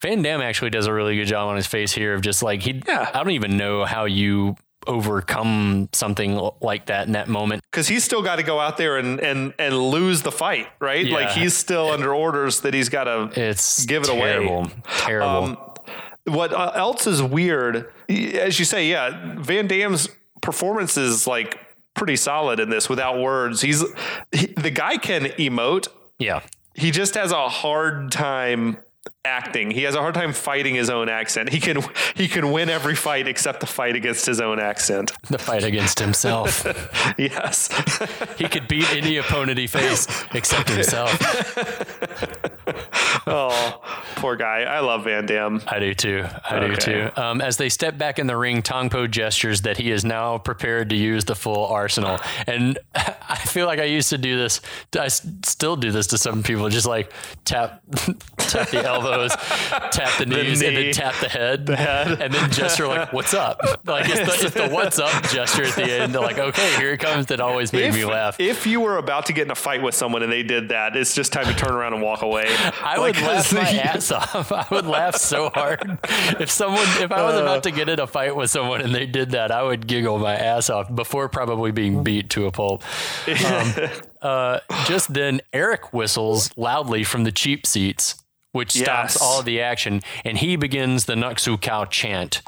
Speaker 3: Van Damme actually does a really good job on his face here of just like he
Speaker 2: Yeah.
Speaker 3: I don't even know how you overcome something l- like that in that moment.
Speaker 2: because he's still got to go out there and and and lose the fight, right?
Speaker 3: Yeah.
Speaker 2: Like he's still under orders that he's got to.
Speaker 3: It's
Speaker 2: Give it away. Um,
Speaker 3: terrible, away. Terrible.
Speaker 2: What uh, else is weird, y- as you say, yeah, Van Damme's performance is like pretty solid in this without words. He's he, the guy can emote.
Speaker 3: yeah.
Speaker 2: He just has a hard time acting. He has a hard time fighting his own accent. He can he can win every fight except the fight against his own accent.
Speaker 3: The fight against himself.
Speaker 2: Yes.
Speaker 3: he could beat any opponent he faced except himself.
Speaker 2: oh, poor guy. I love Van Damme.
Speaker 3: I do too. I do
Speaker 2: Okay.
Speaker 3: too. Um, as they step back in the ring, Tongpo gestures that he is now prepared to use the full arsenal. And I feel like I used to do this. I s- still do this to some people, just like tap, tap the elbows, tap the knees, and
Speaker 2: knee.
Speaker 3: then tap the head, and then gesture like "What's up?" Like it's the, it's the "What's up?" gesture at the end. Like okay, here it comes. That always made me laugh.
Speaker 2: If you were about to get in a fight with someone and they did that, it's just time to turn around and walk away.
Speaker 3: I
Speaker 2: Like,
Speaker 3: would laugh
Speaker 2: 'cause
Speaker 3: my
Speaker 2: you-
Speaker 3: ass off. I would laugh so hard if someone, if I was about to get in a fight with someone and they did that, I would giggle my ass off before probably being beat to a pulp. Um, uh, just then, Eric whistles loudly from the cheap seats, which stops
Speaker 2: Yes.
Speaker 3: all the action, and he begins the Nuxu Cow chant.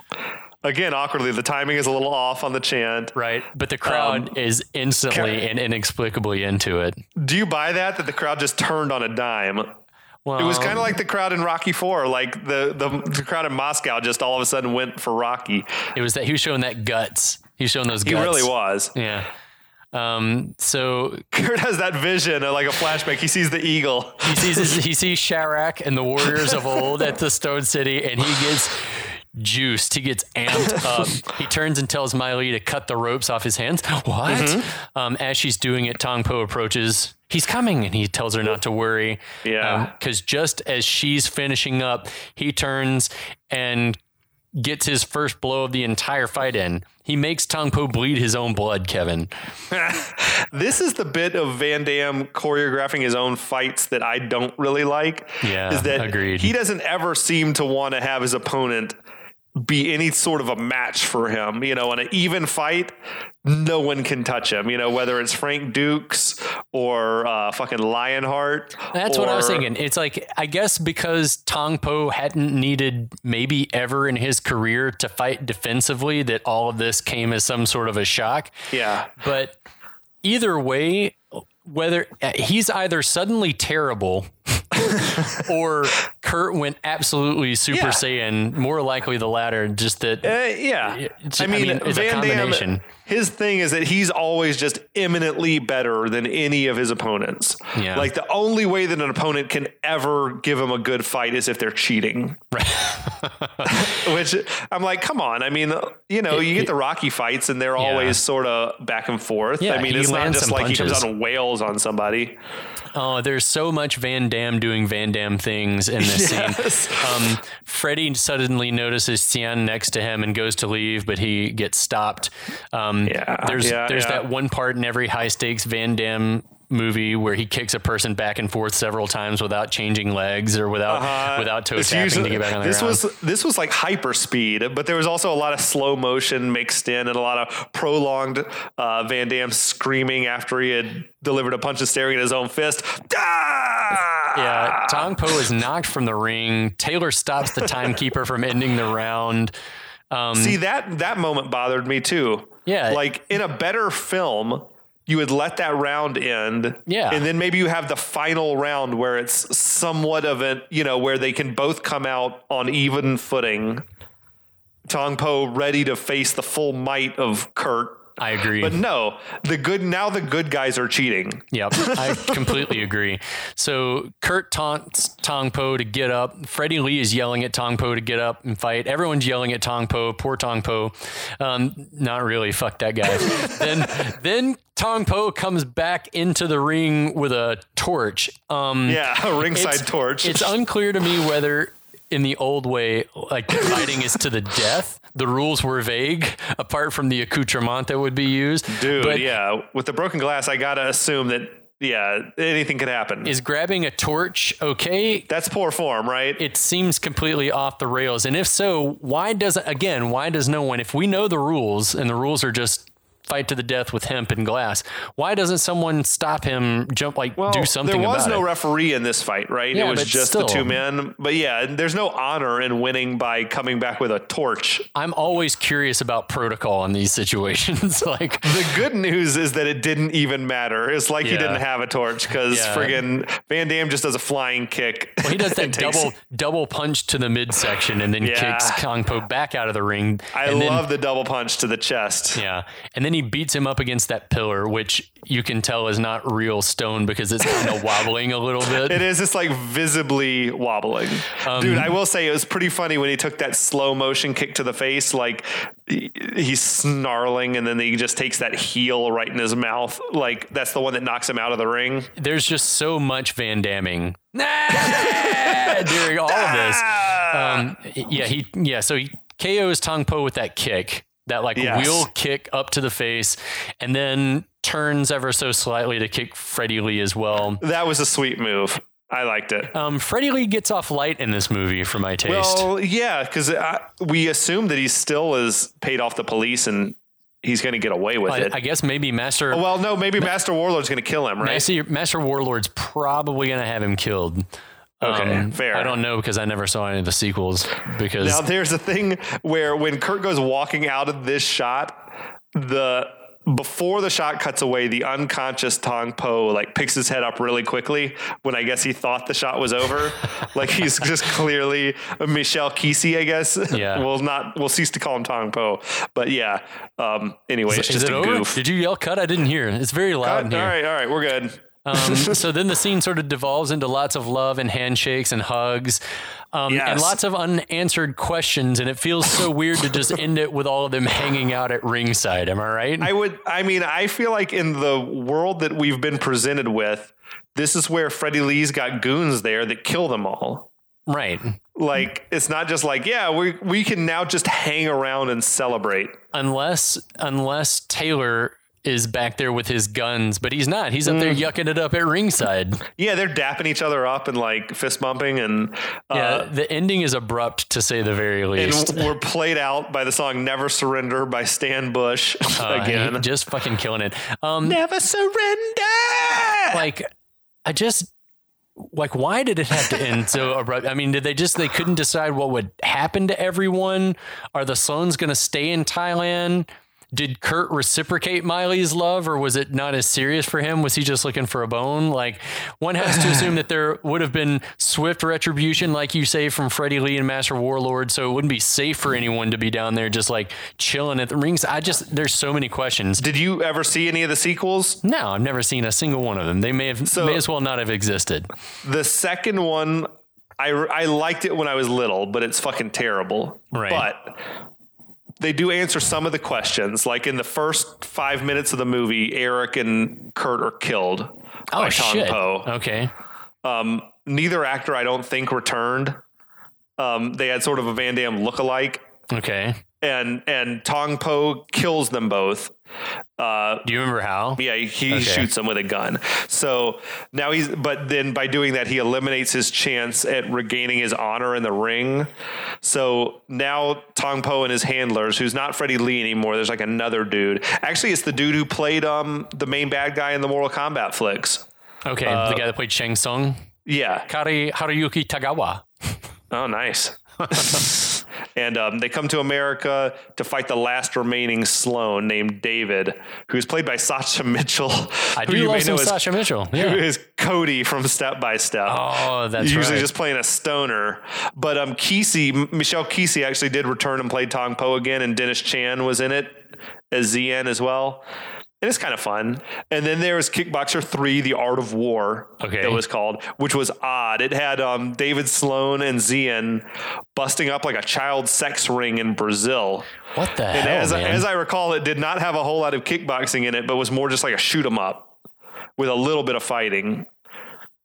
Speaker 2: Again, awkwardly, the timing is a little off on the chant.
Speaker 3: Right, but the crowd is instantly
Speaker 2: Ca-
Speaker 3: and inexplicably into Um, it.
Speaker 2: Do you buy that? That the crowd just turned on a dime?
Speaker 3: Well,
Speaker 2: It was
Speaker 3: Um,
Speaker 2: kind of like the crowd in Rocky Four, like the, the the crowd in Moscow just all of a sudden went for Rocky.
Speaker 3: it was that he was showing that guts. He was showing those
Speaker 2: He
Speaker 3: guts.
Speaker 2: really was.
Speaker 3: Yeah. Um, so
Speaker 2: Kurt has that vision, uh, like a flashback. He sees the eagle.
Speaker 3: he sees his, he sees Sharak and the warriors of old at the Stone City, and he gets juiced. He gets amped up. He turns and tells Miley to cut the ropes off his hands. What? Um, as she's doing it, Tong Po approaches. He's coming, and he tells her not to worry.
Speaker 2: Yeah.
Speaker 3: Because just as she's finishing up, he turns and gets his first blow of the entire fight in. He makes Tong Po bleed his own blood, Kevin.
Speaker 2: This is the bit of Van Damme choreographing his own fights that I don't really like.
Speaker 3: Yeah,
Speaker 2: is that
Speaker 3: agreed.
Speaker 2: he doesn't ever seem to want to have his opponent be any sort of a match for him. You know, in an even fight, no one can touch him. You know, whether it's Frank Dukes or uh, fucking Lionheart.
Speaker 3: That's what I was
Speaker 2: or-
Speaker 3: thinking. It's like I guess because Tong Po hadn't needed maybe ever in his career to fight defensively that all of this came as some sort of a shock.
Speaker 2: Yeah,
Speaker 3: But either way, whether uh, he's either suddenly terrible or Kurt went absolutely Super
Speaker 2: Yeah.
Speaker 3: Saiyan, more likely the latter, just that.
Speaker 2: Uh, yeah.
Speaker 3: it's-
Speaker 2: I
Speaker 3: I
Speaker 2: mean,
Speaker 3: mean, it's a
Speaker 2: Van Damme,
Speaker 3: combination.
Speaker 2: his thing is that he's always just eminently better than any of his opponents.
Speaker 3: Yeah.
Speaker 2: Like the only way that an opponent can ever give him a good fight is if they're cheating. Which I'm like, come on. I mean, you know, you get the Rocky fights and they're always sort of back and forth.
Speaker 3: Yeah,
Speaker 2: I mean,
Speaker 3: he
Speaker 2: it's not
Speaker 3: lands
Speaker 2: just
Speaker 3: some
Speaker 2: like he comes
Speaker 3: punches.
Speaker 2: out and wails on somebody.
Speaker 3: Oh, there's so much Van Damme doing Van Damme things in this
Speaker 2: Yes.
Speaker 3: scene. Um, Freddy suddenly notices Tian next to him and goes to leave, but he gets stopped. Um,
Speaker 2: Yeah,
Speaker 3: there's
Speaker 2: yeah,
Speaker 3: there's
Speaker 2: yeah.
Speaker 3: that one part in every high stakes Van Damme movie where he kicks a person back and forth several times without changing legs or without
Speaker 2: Uh,
Speaker 3: without toe
Speaker 2: it's
Speaker 3: tapping
Speaker 2: usually-
Speaker 3: to get back on the
Speaker 2: this
Speaker 3: ground.
Speaker 2: was this was like hyper speed, but there was also a lot of slow motion mixed in and a lot of prolonged uh, Van Damme screaming after he had delivered a punch and staring at his own fist. Ah!
Speaker 3: yeah, Tong Po is knocked from the ring. Taylor stops the timekeeper from ending the round. Um,
Speaker 2: See that that moment bothered me too.
Speaker 3: Yeah.
Speaker 2: like in a better film. You would let that round end,
Speaker 3: Yeah.
Speaker 2: and then maybe you have the final round where it's somewhat of an, you know, where they can both come out on even footing. Tong Po ready to face the full might of Kurt,
Speaker 3: I agree.
Speaker 2: but no, the good now the good guys are cheating.
Speaker 3: Yep, I completely agree. So Kurt taunts Tong Po to get up. Freddie Lee is yelling at Tong Po to get up and fight. Everyone's yelling at Tong Po. Poor Tong Po. Um, not really. Fuck that guy. then then Tong Po comes back into the ring with a torch. Um,
Speaker 2: Yeah, a ringside
Speaker 3: it's-
Speaker 2: torch.
Speaker 3: It's unclear to me whether in the old way, like the fighting is to the death. The rules were vague, apart from the accoutrement that would be used.
Speaker 2: Dude,
Speaker 3: But
Speaker 2: yeah, with the broken glass, I gotta assume that yeah, anything could happen.
Speaker 3: Is grabbing a torch okay?
Speaker 2: That's poor form, right?
Speaker 3: It seems completely off the rails. And if so, why does again, why does no one if we know the rules and the rules are just fight to the death with hemp and glass, why doesn't someone stop him, jump like do something
Speaker 2: There was
Speaker 3: about
Speaker 2: no
Speaker 3: it?
Speaker 2: referee in this fight, right?
Speaker 3: Yeah,
Speaker 2: it was
Speaker 3: but
Speaker 2: just the
Speaker 3: still.
Speaker 2: two men. But yeah, and there's no honor in winning by coming back with a torch.
Speaker 3: I'm always curious about protocol in these situations. like
Speaker 2: The good news is that it didn't even matter. It's like he
Speaker 3: Yeah.
Speaker 2: didn't have a torch because
Speaker 3: Yeah.
Speaker 2: friggin' Van Damme just does a flying kick.
Speaker 3: Well, he does that
Speaker 2: and takes-
Speaker 3: double double punch to the midsection and then
Speaker 2: Yeah.
Speaker 3: kicks Kong Po back out of the ring.
Speaker 2: I
Speaker 3: and then-
Speaker 2: love the double punch to the chest.
Speaker 3: Yeah. And then he beats him up against that pillar, which you can tell is not real stone because it's kind of wobbling a little bit.
Speaker 2: It is just like visibly wobbling.
Speaker 3: Um,
Speaker 2: Dude, I will say it was pretty funny when he took that slow motion kick to the face. Like he, he's snarling and then he just takes that heel right in his mouth. Like that's the one that knocks him out of the ring.
Speaker 3: There's just so much Van Damming during all of this.
Speaker 2: Ah!
Speaker 3: Um, yeah, he yeah, so he KOs Tong Po with that kick, that like
Speaker 2: Yes.
Speaker 3: wheel kick up to the face, and then turns ever so slightly to kick Freddie Lee as well.
Speaker 2: That was a sweet move. I liked it.
Speaker 3: Um, Freddie Lee gets off light in this movie for my taste.
Speaker 2: Well, yeah, because we assume that he still is paid off the police and he's going to get away with
Speaker 3: I,
Speaker 2: it.
Speaker 3: I guess maybe Master
Speaker 2: well, no, maybe Master Warlord's going to kill him, Oh, right?
Speaker 3: Master, Master Warlord's probably gonna have him killed. Um,
Speaker 2: Okay, fair.
Speaker 3: I don't know because I never saw any of the sequels. Because
Speaker 2: Now there's a thing where when Kurt goes walking out of this shot, the before the shot cuts away, the unconscious Tong Po like picks his head up really quickly when I guess he thought the shot was over. like he's just clearly Michelle Kesey, I guess.
Speaker 3: Yeah.
Speaker 2: we'll not we'll cease to call him Tong Po. But yeah. Um anyway, it's
Speaker 3: is
Speaker 2: just
Speaker 3: it
Speaker 2: a
Speaker 3: over?
Speaker 2: goof. Uh,
Speaker 3: Did you yell cut? I didn't hear. It's very
Speaker 2: all
Speaker 3: loud in here.
Speaker 2: right, all right, we're good.
Speaker 3: Um, so then the scene sort of devolves into lots of love and handshakes and hugs. Um,
Speaker 2: Yes.
Speaker 3: And lots of unanswered questions, and it feels so weird to just end it with all of them hanging out at ringside. Am I right?
Speaker 2: I would. I mean, I feel like in the world that we've been presented with, this is where Freddie Lee's got goons there that kill them all.
Speaker 3: right.
Speaker 2: Like it's not just like yeah, we we can now just hang around and celebrate.
Speaker 3: unless unless Taylor is back there with his guns, but he's not. He's up
Speaker 2: Mm.
Speaker 3: there yucking it up at ringside.
Speaker 2: Yeah, they're dapping each other up and like fist bumping and
Speaker 3: Yeah,
Speaker 2: uh,
Speaker 3: the ending is abrupt to say the very least.
Speaker 2: and we're played out by the song "Never Surrender" by Stan Bush
Speaker 3: Uh, he-
Speaker 2: again.
Speaker 3: just fucking killing it. Um,
Speaker 2: Never surrender.
Speaker 3: like I just like why did it have to end so abrupt? I mean, did they just they couldn't decide what would happen to everyone? Are the Sloans going to stay in Thailand? did Kurt reciprocate Miley's love, or was it not as serious for him? Was he just looking for a bone? Like, one has to assume that there would have been swift retribution, like you say, from Freddie Lee and Master Warlord. So it wouldn't be safe for anyone to be down there just like chilling at the rings. I just there's so many questions.
Speaker 2: Did you ever see any of the sequels?
Speaker 3: No, I've never seen a single one of them. They may have
Speaker 2: So-
Speaker 3: may as well not have existed.
Speaker 2: The second one, I I liked it when I was little, but it's fucking terrible.
Speaker 3: Right.
Speaker 2: But they do answer some of the questions. Like in the first five minutes of the movie, Eric and Kurt are killed
Speaker 3: Oh,
Speaker 2: by Tong Po.
Speaker 3: Okay.
Speaker 2: Um, neither actor, I don't think, returned. Um, they had sort of a Van Damme lookalike,
Speaker 3: Okay.
Speaker 2: and and Tong Po kills them both. Uh,
Speaker 3: Do you remember how?
Speaker 2: yeah, he
Speaker 3: Okay.
Speaker 2: shoots him with a gun. So now he's, but then by doing that, he eliminates his chance at regaining his honor in the ring. So now Tong Po and his handlers, who's not Freddie Lee anymore, there's like another dude. Actually, it's the dude who played um the main bad guy in the Mortal Kombat flicks.
Speaker 3: Okay.
Speaker 2: uh,
Speaker 3: the guy that played Shang Tsung,
Speaker 2: Yeah.
Speaker 3: Kari Haruyuki Tagawa.
Speaker 2: Oh, nice. and um, they come to America to fight the last remaining Sloan named David, who's played by Sasha Mitchell.
Speaker 3: I
Speaker 2: who
Speaker 3: do
Speaker 2: you may
Speaker 3: love some
Speaker 2: know as-
Speaker 3: Sasha Mitchell.
Speaker 2: who
Speaker 3: Yeah.
Speaker 2: is Cody from Step by Step.
Speaker 3: Oh, that's
Speaker 2: usually
Speaker 3: right.
Speaker 2: just playing a stoner. But um, Kesey, M- Michelle Kesey actually did return and play Tong Po again, and Dennis Chan was in it as ZN as well. And it's kind of fun. And then there was Kickboxer 3, The Art of War,
Speaker 3: Okay.
Speaker 2: that was called, which was odd. It had um, David Sloan and Zian busting up like a child sex ring in Brazil.
Speaker 3: What the
Speaker 2: And
Speaker 3: hell,
Speaker 2: as, I,
Speaker 3: man?
Speaker 2: as I recall, it did not have a whole lot of kickboxing in it, but was more just like a shoot 'em up with a little bit of fighting.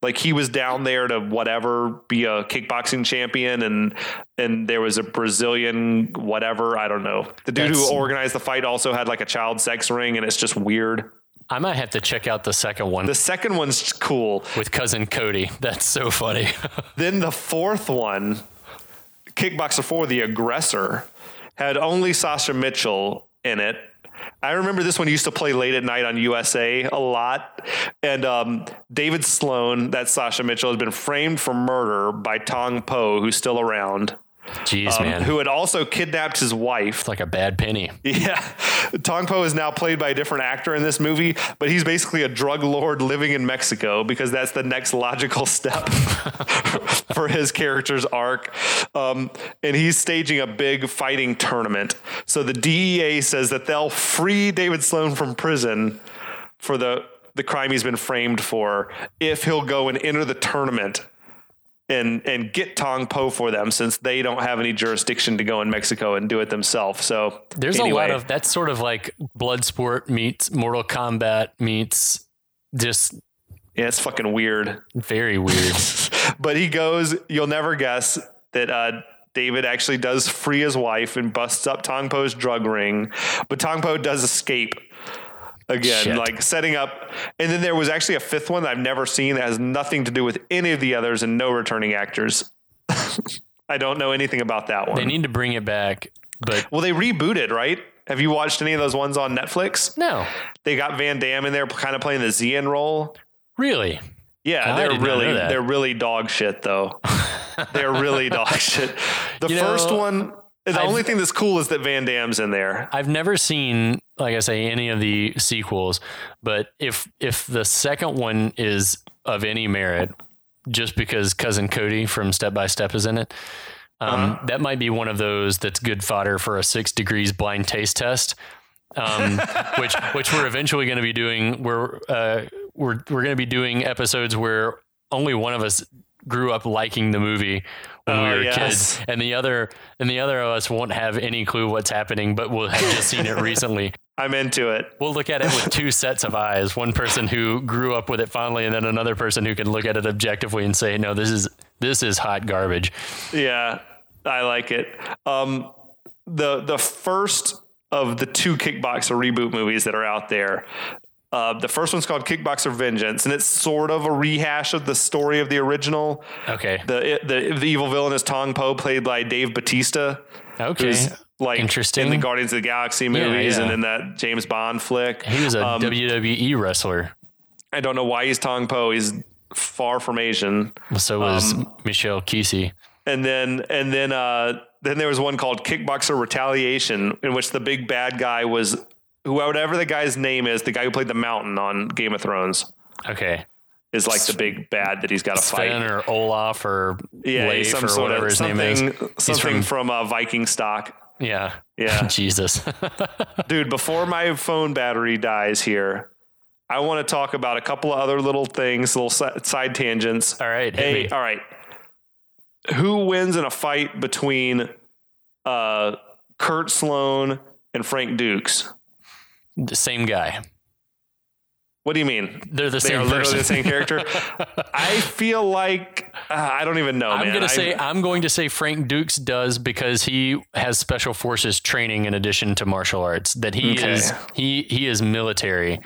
Speaker 2: Like he was down there to whatever be a kickboxing champion, and and there was a Brazilian whatever I don't know. The dude
Speaker 3: That's-
Speaker 2: who organized the fight also had like a child sex ring, and it's just weird.
Speaker 3: I might have to check out the second one
Speaker 2: The second one's cool.
Speaker 3: with cousin Cody. That's so funny.
Speaker 2: Then the fourth one, Kickboxer 4, The Aggressor, had only Sasha Mitchell in it. I remember this one used to play late at night on USA a lot. And um, David Sloan, that's Sasha Mitchell, has been framed for murder by Tong Po, who's still around,
Speaker 3: Jeez,
Speaker 2: um,
Speaker 3: man.
Speaker 2: who had also kidnapped his wife.
Speaker 3: it's like a bad penny.
Speaker 2: Yeah. Tong Po is now played by a different actor in this movie, but he's basically a drug lord living in Mexico because that's the next logical step for his character's arc. Um, and he's staging a big fighting tournament. So the DEA says that they'll free David Sloan from prison for the, the crime he's been framed for if he'll go and enter the tournament and and get Tong Po for them since they don't have any jurisdiction to go in Mexico and do it themselves. So
Speaker 3: There's a lot
Speaker 2: anyway,
Speaker 3: of that's sort of like Bloodsport meets Mortal Kombat meets just
Speaker 2: yeah, it's fucking weird.
Speaker 3: very weird.
Speaker 2: But he goes, you'll never guess that uh, David actually does free his wife and busts up Tong Po's drug ring, but Tong Po does escape. Again,
Speaker 3: Shit.
Speaker 2: like setting up, and then there was actually a fifth one that I've never seen that has nothing to do with any of the others and no returning actors. I don't know anything about that one.
Speaker 3: they need to bring it back, but
Speaker 2: well, they rebooted, right? Have you watched any of those ones on Netflix?
Speaker 3: no,
Speaker 2: they got Van Damme in there, kind of playing the Zian role.
Speaker 3: really.
Speaker 2: Yeah,
Speaker 3: I
Speaker 2: they're
Speaker 3: did not know
Speaker 2: really
Speaker 3: that.
Speaker 2: they're really dog shit though. they're really dog shit. The
Speaker 3: You
Speaker 2: first
Speaker 3: know,
Speaker 2: one, the
Speaker 3: I've-
Speaker 2: only thing that's cool is that Van Damme's in there.
Speaker 3: I've never seen, like I say, any of the sequels, but if if the second one is of any merit, just because cousin Cody from Step by Step is in it,
Speaker 2: Uh-huh.
Speaker 3: um, that might be one of those that's good fodder for a six degrees blind taste test, um, which which we're eventually going to be doing. We're uh, we're we're going to be doing episodes where only one of us grew up liking the movie when
Speaker 2: Oh,
Speaker 3: we were
Speaker 2: yes.
Speaker 3: kids and the other and the other of us won't have any clue what's happening, but we'll have just seen it recently.
Speaker 2: I'm into it.
Speaker 3: We'll look at it with two sets of eyes: one person who grew up with it fondly, and then another person who can look at it objectively and say, "No, this is this is hot garbage."
Speaker 2: Yeah, I like it. Um, the the first of the two Kickboxer reboot movies that are out there. Uh, the first one's called Kickboxer Vengeance, and it's sort of a rehash of the story of the original.
Speaker 3: Okay,
Speaker 2: The the, the evil villain is Tong Po, played by Dave Batista.
Speaker 3: okay.
Speaker 2: who's like
Speaker 3: Interesting.
Speaker 2: in the Guardians of the Galaxy movies
Speaker 3: yeah.
Speaker 2: and in that James Bond flick.
Speaker 3: He was a
Speaker 2: Um,
Speaker 3: WWE wrestler.
Speaker 2: I don't know why he's Tong Po. He's far from Asian.
Speaker 3: So was
Speaker 2: um,
Speaker 3: Michelle Kesey.
Speaker 2: And then and then uh then there was one called Kickboxer Retaliation in which the big bad guy was whoever the guy's name is, the guy who played the mountain on Game of Thrones
Speaker 3: Okay.
Speaker 2: is like the big bad that he's got to fight.
Speaker 3: Sven or Olaf or
Speaker 2: yeah,
Speaker 3: Leif
Speaker 2: he's some
Speaker 3: or
Speaker 2: sort
Speaker 3: whatever
Speaker 2: of
Speaker 3: his
Speaker 2: something,
Speaker 3: name is. He's
Speaker 2: something
Speaker 3: from,
Speaker 2: from, uh, Viking stock.
Speaker 3: yeah.
Speaker 2: Yeah.
Speaker 3: Jesus.
Speaker 2: Dude, before my phone battery dies here, I want to talk about a couple of other little things, little si- side tangents.
Speaker 3: All right. hit
Speaker 2: Hey, uh,
Speaker 3: me.
Speaker 2: all right. Who wins in a fight between uh, Kurt Sloan and Frank Dukes?
Speaker 3: The same guy.
Speaker 2: What do you mean?
Speaker 3: They're the
Speaker 2: They
Speaker 3: same
Speaker 2: are literally
Speaker 3: person.
Speaker 2: the same character. I feel like uh, I don't even know.
Speaker 3: I'm
Speaker 2: man.
Speaker 3: gonna
Speaker 2: I-
Speaker 3: say I'm going to say Frank Dukes does because he has special forces training in addition to martial arts. That he
Speaker 2: Okay.
Speaker 3: is he he is military.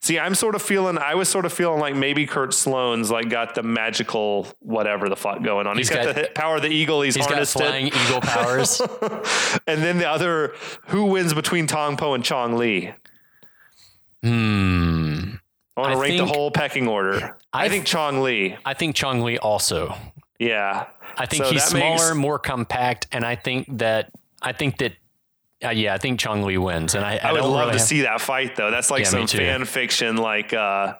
Speaker 2: See, I'm sort of feeling. I was sort of feeling like maybe Kurt Sloan's like got the magical whatever the fuck going on.
Speaker 3: He's
Speaker 2: he's got,
Speaker 3: got-
Speaker 2: the hit- power of the eagle. He's,
Speaker 3: He's got
Speaker 2: harnessed
Speaker 3: flying
Speaker 2: it.
Speaker 3: eagle powers.
Speaker 2: And then the other, who wins between Tong Po and Chong Li?
Speaker 3: hmm.
Speaker 2: I want
Speaker 3: I
Speaker 2: to rank
Speaker 3: think-
Speaker 2: the whole pecking order. I,
Speaker 3: I
Speaker 2: think
Speaker 3: th-
Speaker 2: Chong Li.
Speaker 3: I think Chong Li also.
Speaker 2: Yeah,
Speaker 3: I think
Speaker 2: So
Speaker 3: he's
Speaker 2: that makes-
Speaker 3: smaller, more compact, and I think that I think that uh, yeah, I think Chong Li wins. And I, I,
Speaker 2: I, would
Speaker 3: don't
Speaker 2: love
Speaker 3: really
Speaker 2: to
Speaker 3: have-
Speaker 2: see that fight though. That's like
Speaker 3: Yeah, me
Speaker 2: some
Speaker 3: too.
Speaker 2: fan fiction, like uh,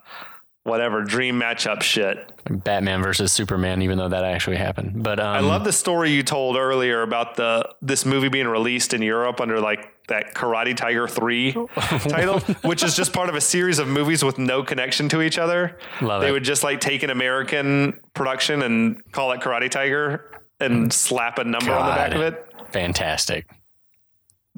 Speaker 2: whatever dream matchup shit.
Speaker 3: Batman versus Superman, even though that actually happened. But um,
Speaker 2: I love the story you told earlier about the this movie being released in Europe under like that Karate Tiger 3 title, which is just part of a series of movies with no connection to each other.
Speaker 3: Love
Speaker 2: they
Speaker 3: it.
Speaker 2: would just like take an American production and call it Karate Tiger
Speaker 3: Mm.
Speaker 2: and slap a number on the back
Speaker 3: God.
Speaker 2: of it.
Speaker 3: fantastic.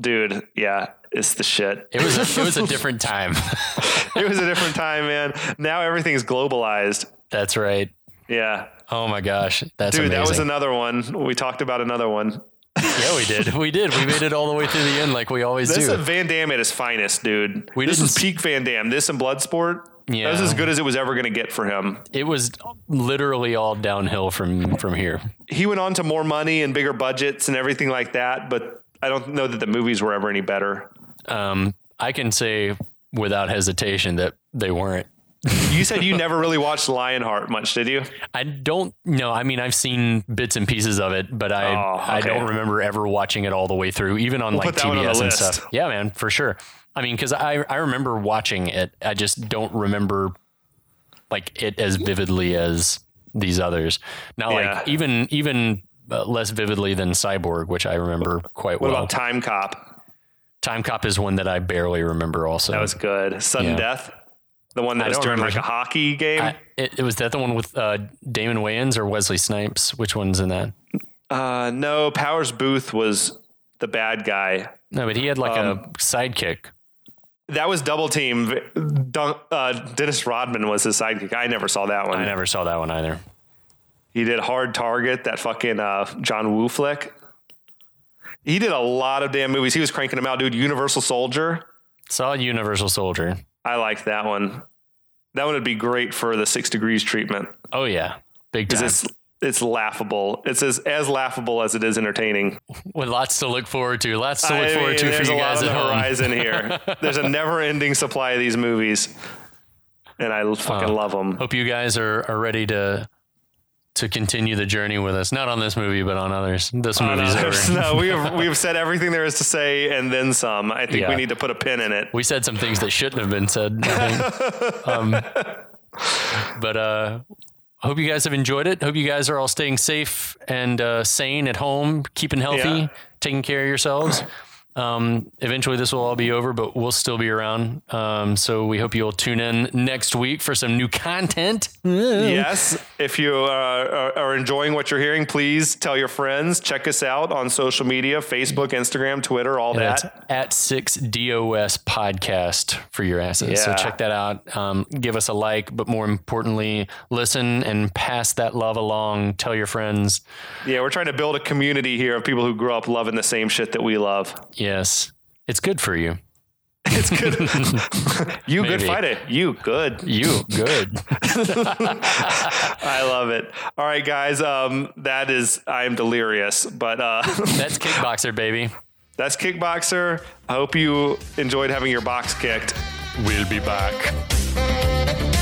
Speaker 2: Dude, yeah, it's the shit.
Speaker 3: It was a, it was a different time.
Speaker 2: It was a different time, man. Now everything's globalized.
Speaker 3: That's right.
Speaker 2: Yeah.
Speaker 3: Oh my gosh, that's
Speaker 2: Dude,
Speaker 3: amazing.
Speaker 2: that was another one. We talked about another one.
Speaker 3: yeah, we did. We did. We made it all the way through the end, like we always
Speaker 2: This
Speaker 3: do.
Speaker 2: is Van Damme at his finest, dude.
Speaker 3: We
Speaker 2: this
Speaker 3: didn't
Speaker 2: is peak Van Damme. This and Bloodsport.
Speaker 3: Yeah.
Speaker 2: That was as good as it was ever going to get for him.
Speaker 3: it was literally all downhill from from here.
Speaker 2: He went on to more money and bigger budgets and everything like that, but I don't know that the movies were ever any better.
Speaker 3: Um, I can say without hesitation that they weren't.
Speaker 2: You said you never really watched Lionheart much, did you?
Speaker 3: I don't know. I mean, I've seen bits and pieces of it, but I
Speaker 2: Oh, okay.
Speaker 3: I don't remember ever watching it all the way through, even on like
Speaker 2: put that one on the
Speaker 3: TBS and
Speaker 2: list.
Speaker 3: stuff. Yeah, man, for sure. I mean, because I I remember watching it. I just don't remember like it as vividly as these others. Now,
Speaker 2: Yeah.
Speaker 3: like even even uh, less vividly than Cyborg, which I remember quite
Speaker 2: What
Speaker 3: well.
Speaker 2: about Time Cop?
Speaker 3: Time Cop is one that I barely remember. Also,
Speaker 2: That was good. Sudden
Speaker 3: Yeah.
Speaker 2: Death, the one
Speaker 3: I
Speaker 2: that was
Speaker 3: don't
Speaker 2: during
Speaker 3: remember.
Speaker 2: like a hockey game.
Speaker 3: I, it, it was that the one with uh, Damon Wayans or Wesley Snipes? Which one's in that?
Speaker 2: uh, no, Powers Booth was the bad guy.
Speaker 3: No, but he had like
Speaker 2: Um,
Speaker 3: a sidekick.
Speaker 2: That was Double Team. V- Dun- uh, Dennis Rodman was his sidekick. I never saw that one.
Speaker 3: I never saw that one either.
Speaker 2: He did Hard Target, that fucking uh, John Woo flick. He did a lot of damn movies. He was cranking them out, dude. Universal Soldier.
Speaker 3: Saw Universal Soldier.
Speaker 2: I like that one. That one would be great for the Six Degrees treatment
Speaker 3: Oh yeah, big
Speaker 2: because
Speaker 3: time.
Speaker 2: it's it's laughable. It's as, as laughable as it is entertaining.
Speaker 3: With lots to look forward to. Lots to look
Speaker 2: I
Speaker 3: forward
Speaker 2: mean,
Speaker 3: to for
Speaker 2: there's
Speaker 3: you
Speaker 2: a lot
Speaker 3: guys
Speaker 2: on
Speaker 3: at
Speaker 2: the
Speaker 3: home.
Speaker 2: horizon here. there's a never-ending supply of these movies, and I fucking
Speaker 3: Wow.
Speaker 2: love them.
Speaker 3: Hope you guys are are ready to to continue the journey with us. Not on this movie, but on others. This movie's
Speaker 2: There's-
Speaker 3: over.
Speaker 2: Uh, no, we have we've said everything there is to say and then some. I think we
Speaker 3: Yeah.
Speaker 2: need to put a pin in it.
Speaker 3: We said some things that shouldn't have been said. I think. um, but uh, hope you guys have enjoyed it. Hope you guys are all staying safe and uh, sane at home, keeping healthy,
Speaker 2: Yeah.
Speaker 3: taking care of yourselves. Um, eventually, this will all be over, but we'll still be around. Um, so we hope you'll tune in next week for some new content.
Speaker 2: Yes, if you uh, are, are enjoying what you're hearing, please tell your friends. Check us out on social media: Facebook, Instagram, Twitter, all
Speaker 3: And That's
Speaker 2: that.
Speaker 3: at six DOS podcast for your asses. So
Speaker 2: Yeah.
Speaker 3: check that out. Um, give us a like, but more importantly, listen and pass that love along. Tell your friends.
Speaker 2: Yeah, we're trying to build a community here of people who grew up loving the same shit that we love.
Speaker 3: Yes, it's good for you.
Speaker 2: It's good. you good
Speaker 3: Maybe.
Speaker 2: Friday. You good.
Speaker 3: You good.
Speaker 2: I love it. All right, guys. Um, that is. I'm delirious, but uh,
Speaker 3: That's kickboxer, baby.
Speaker 2: That's Kickboxer. I hope you enjoyed having your box kicked. We'll be back.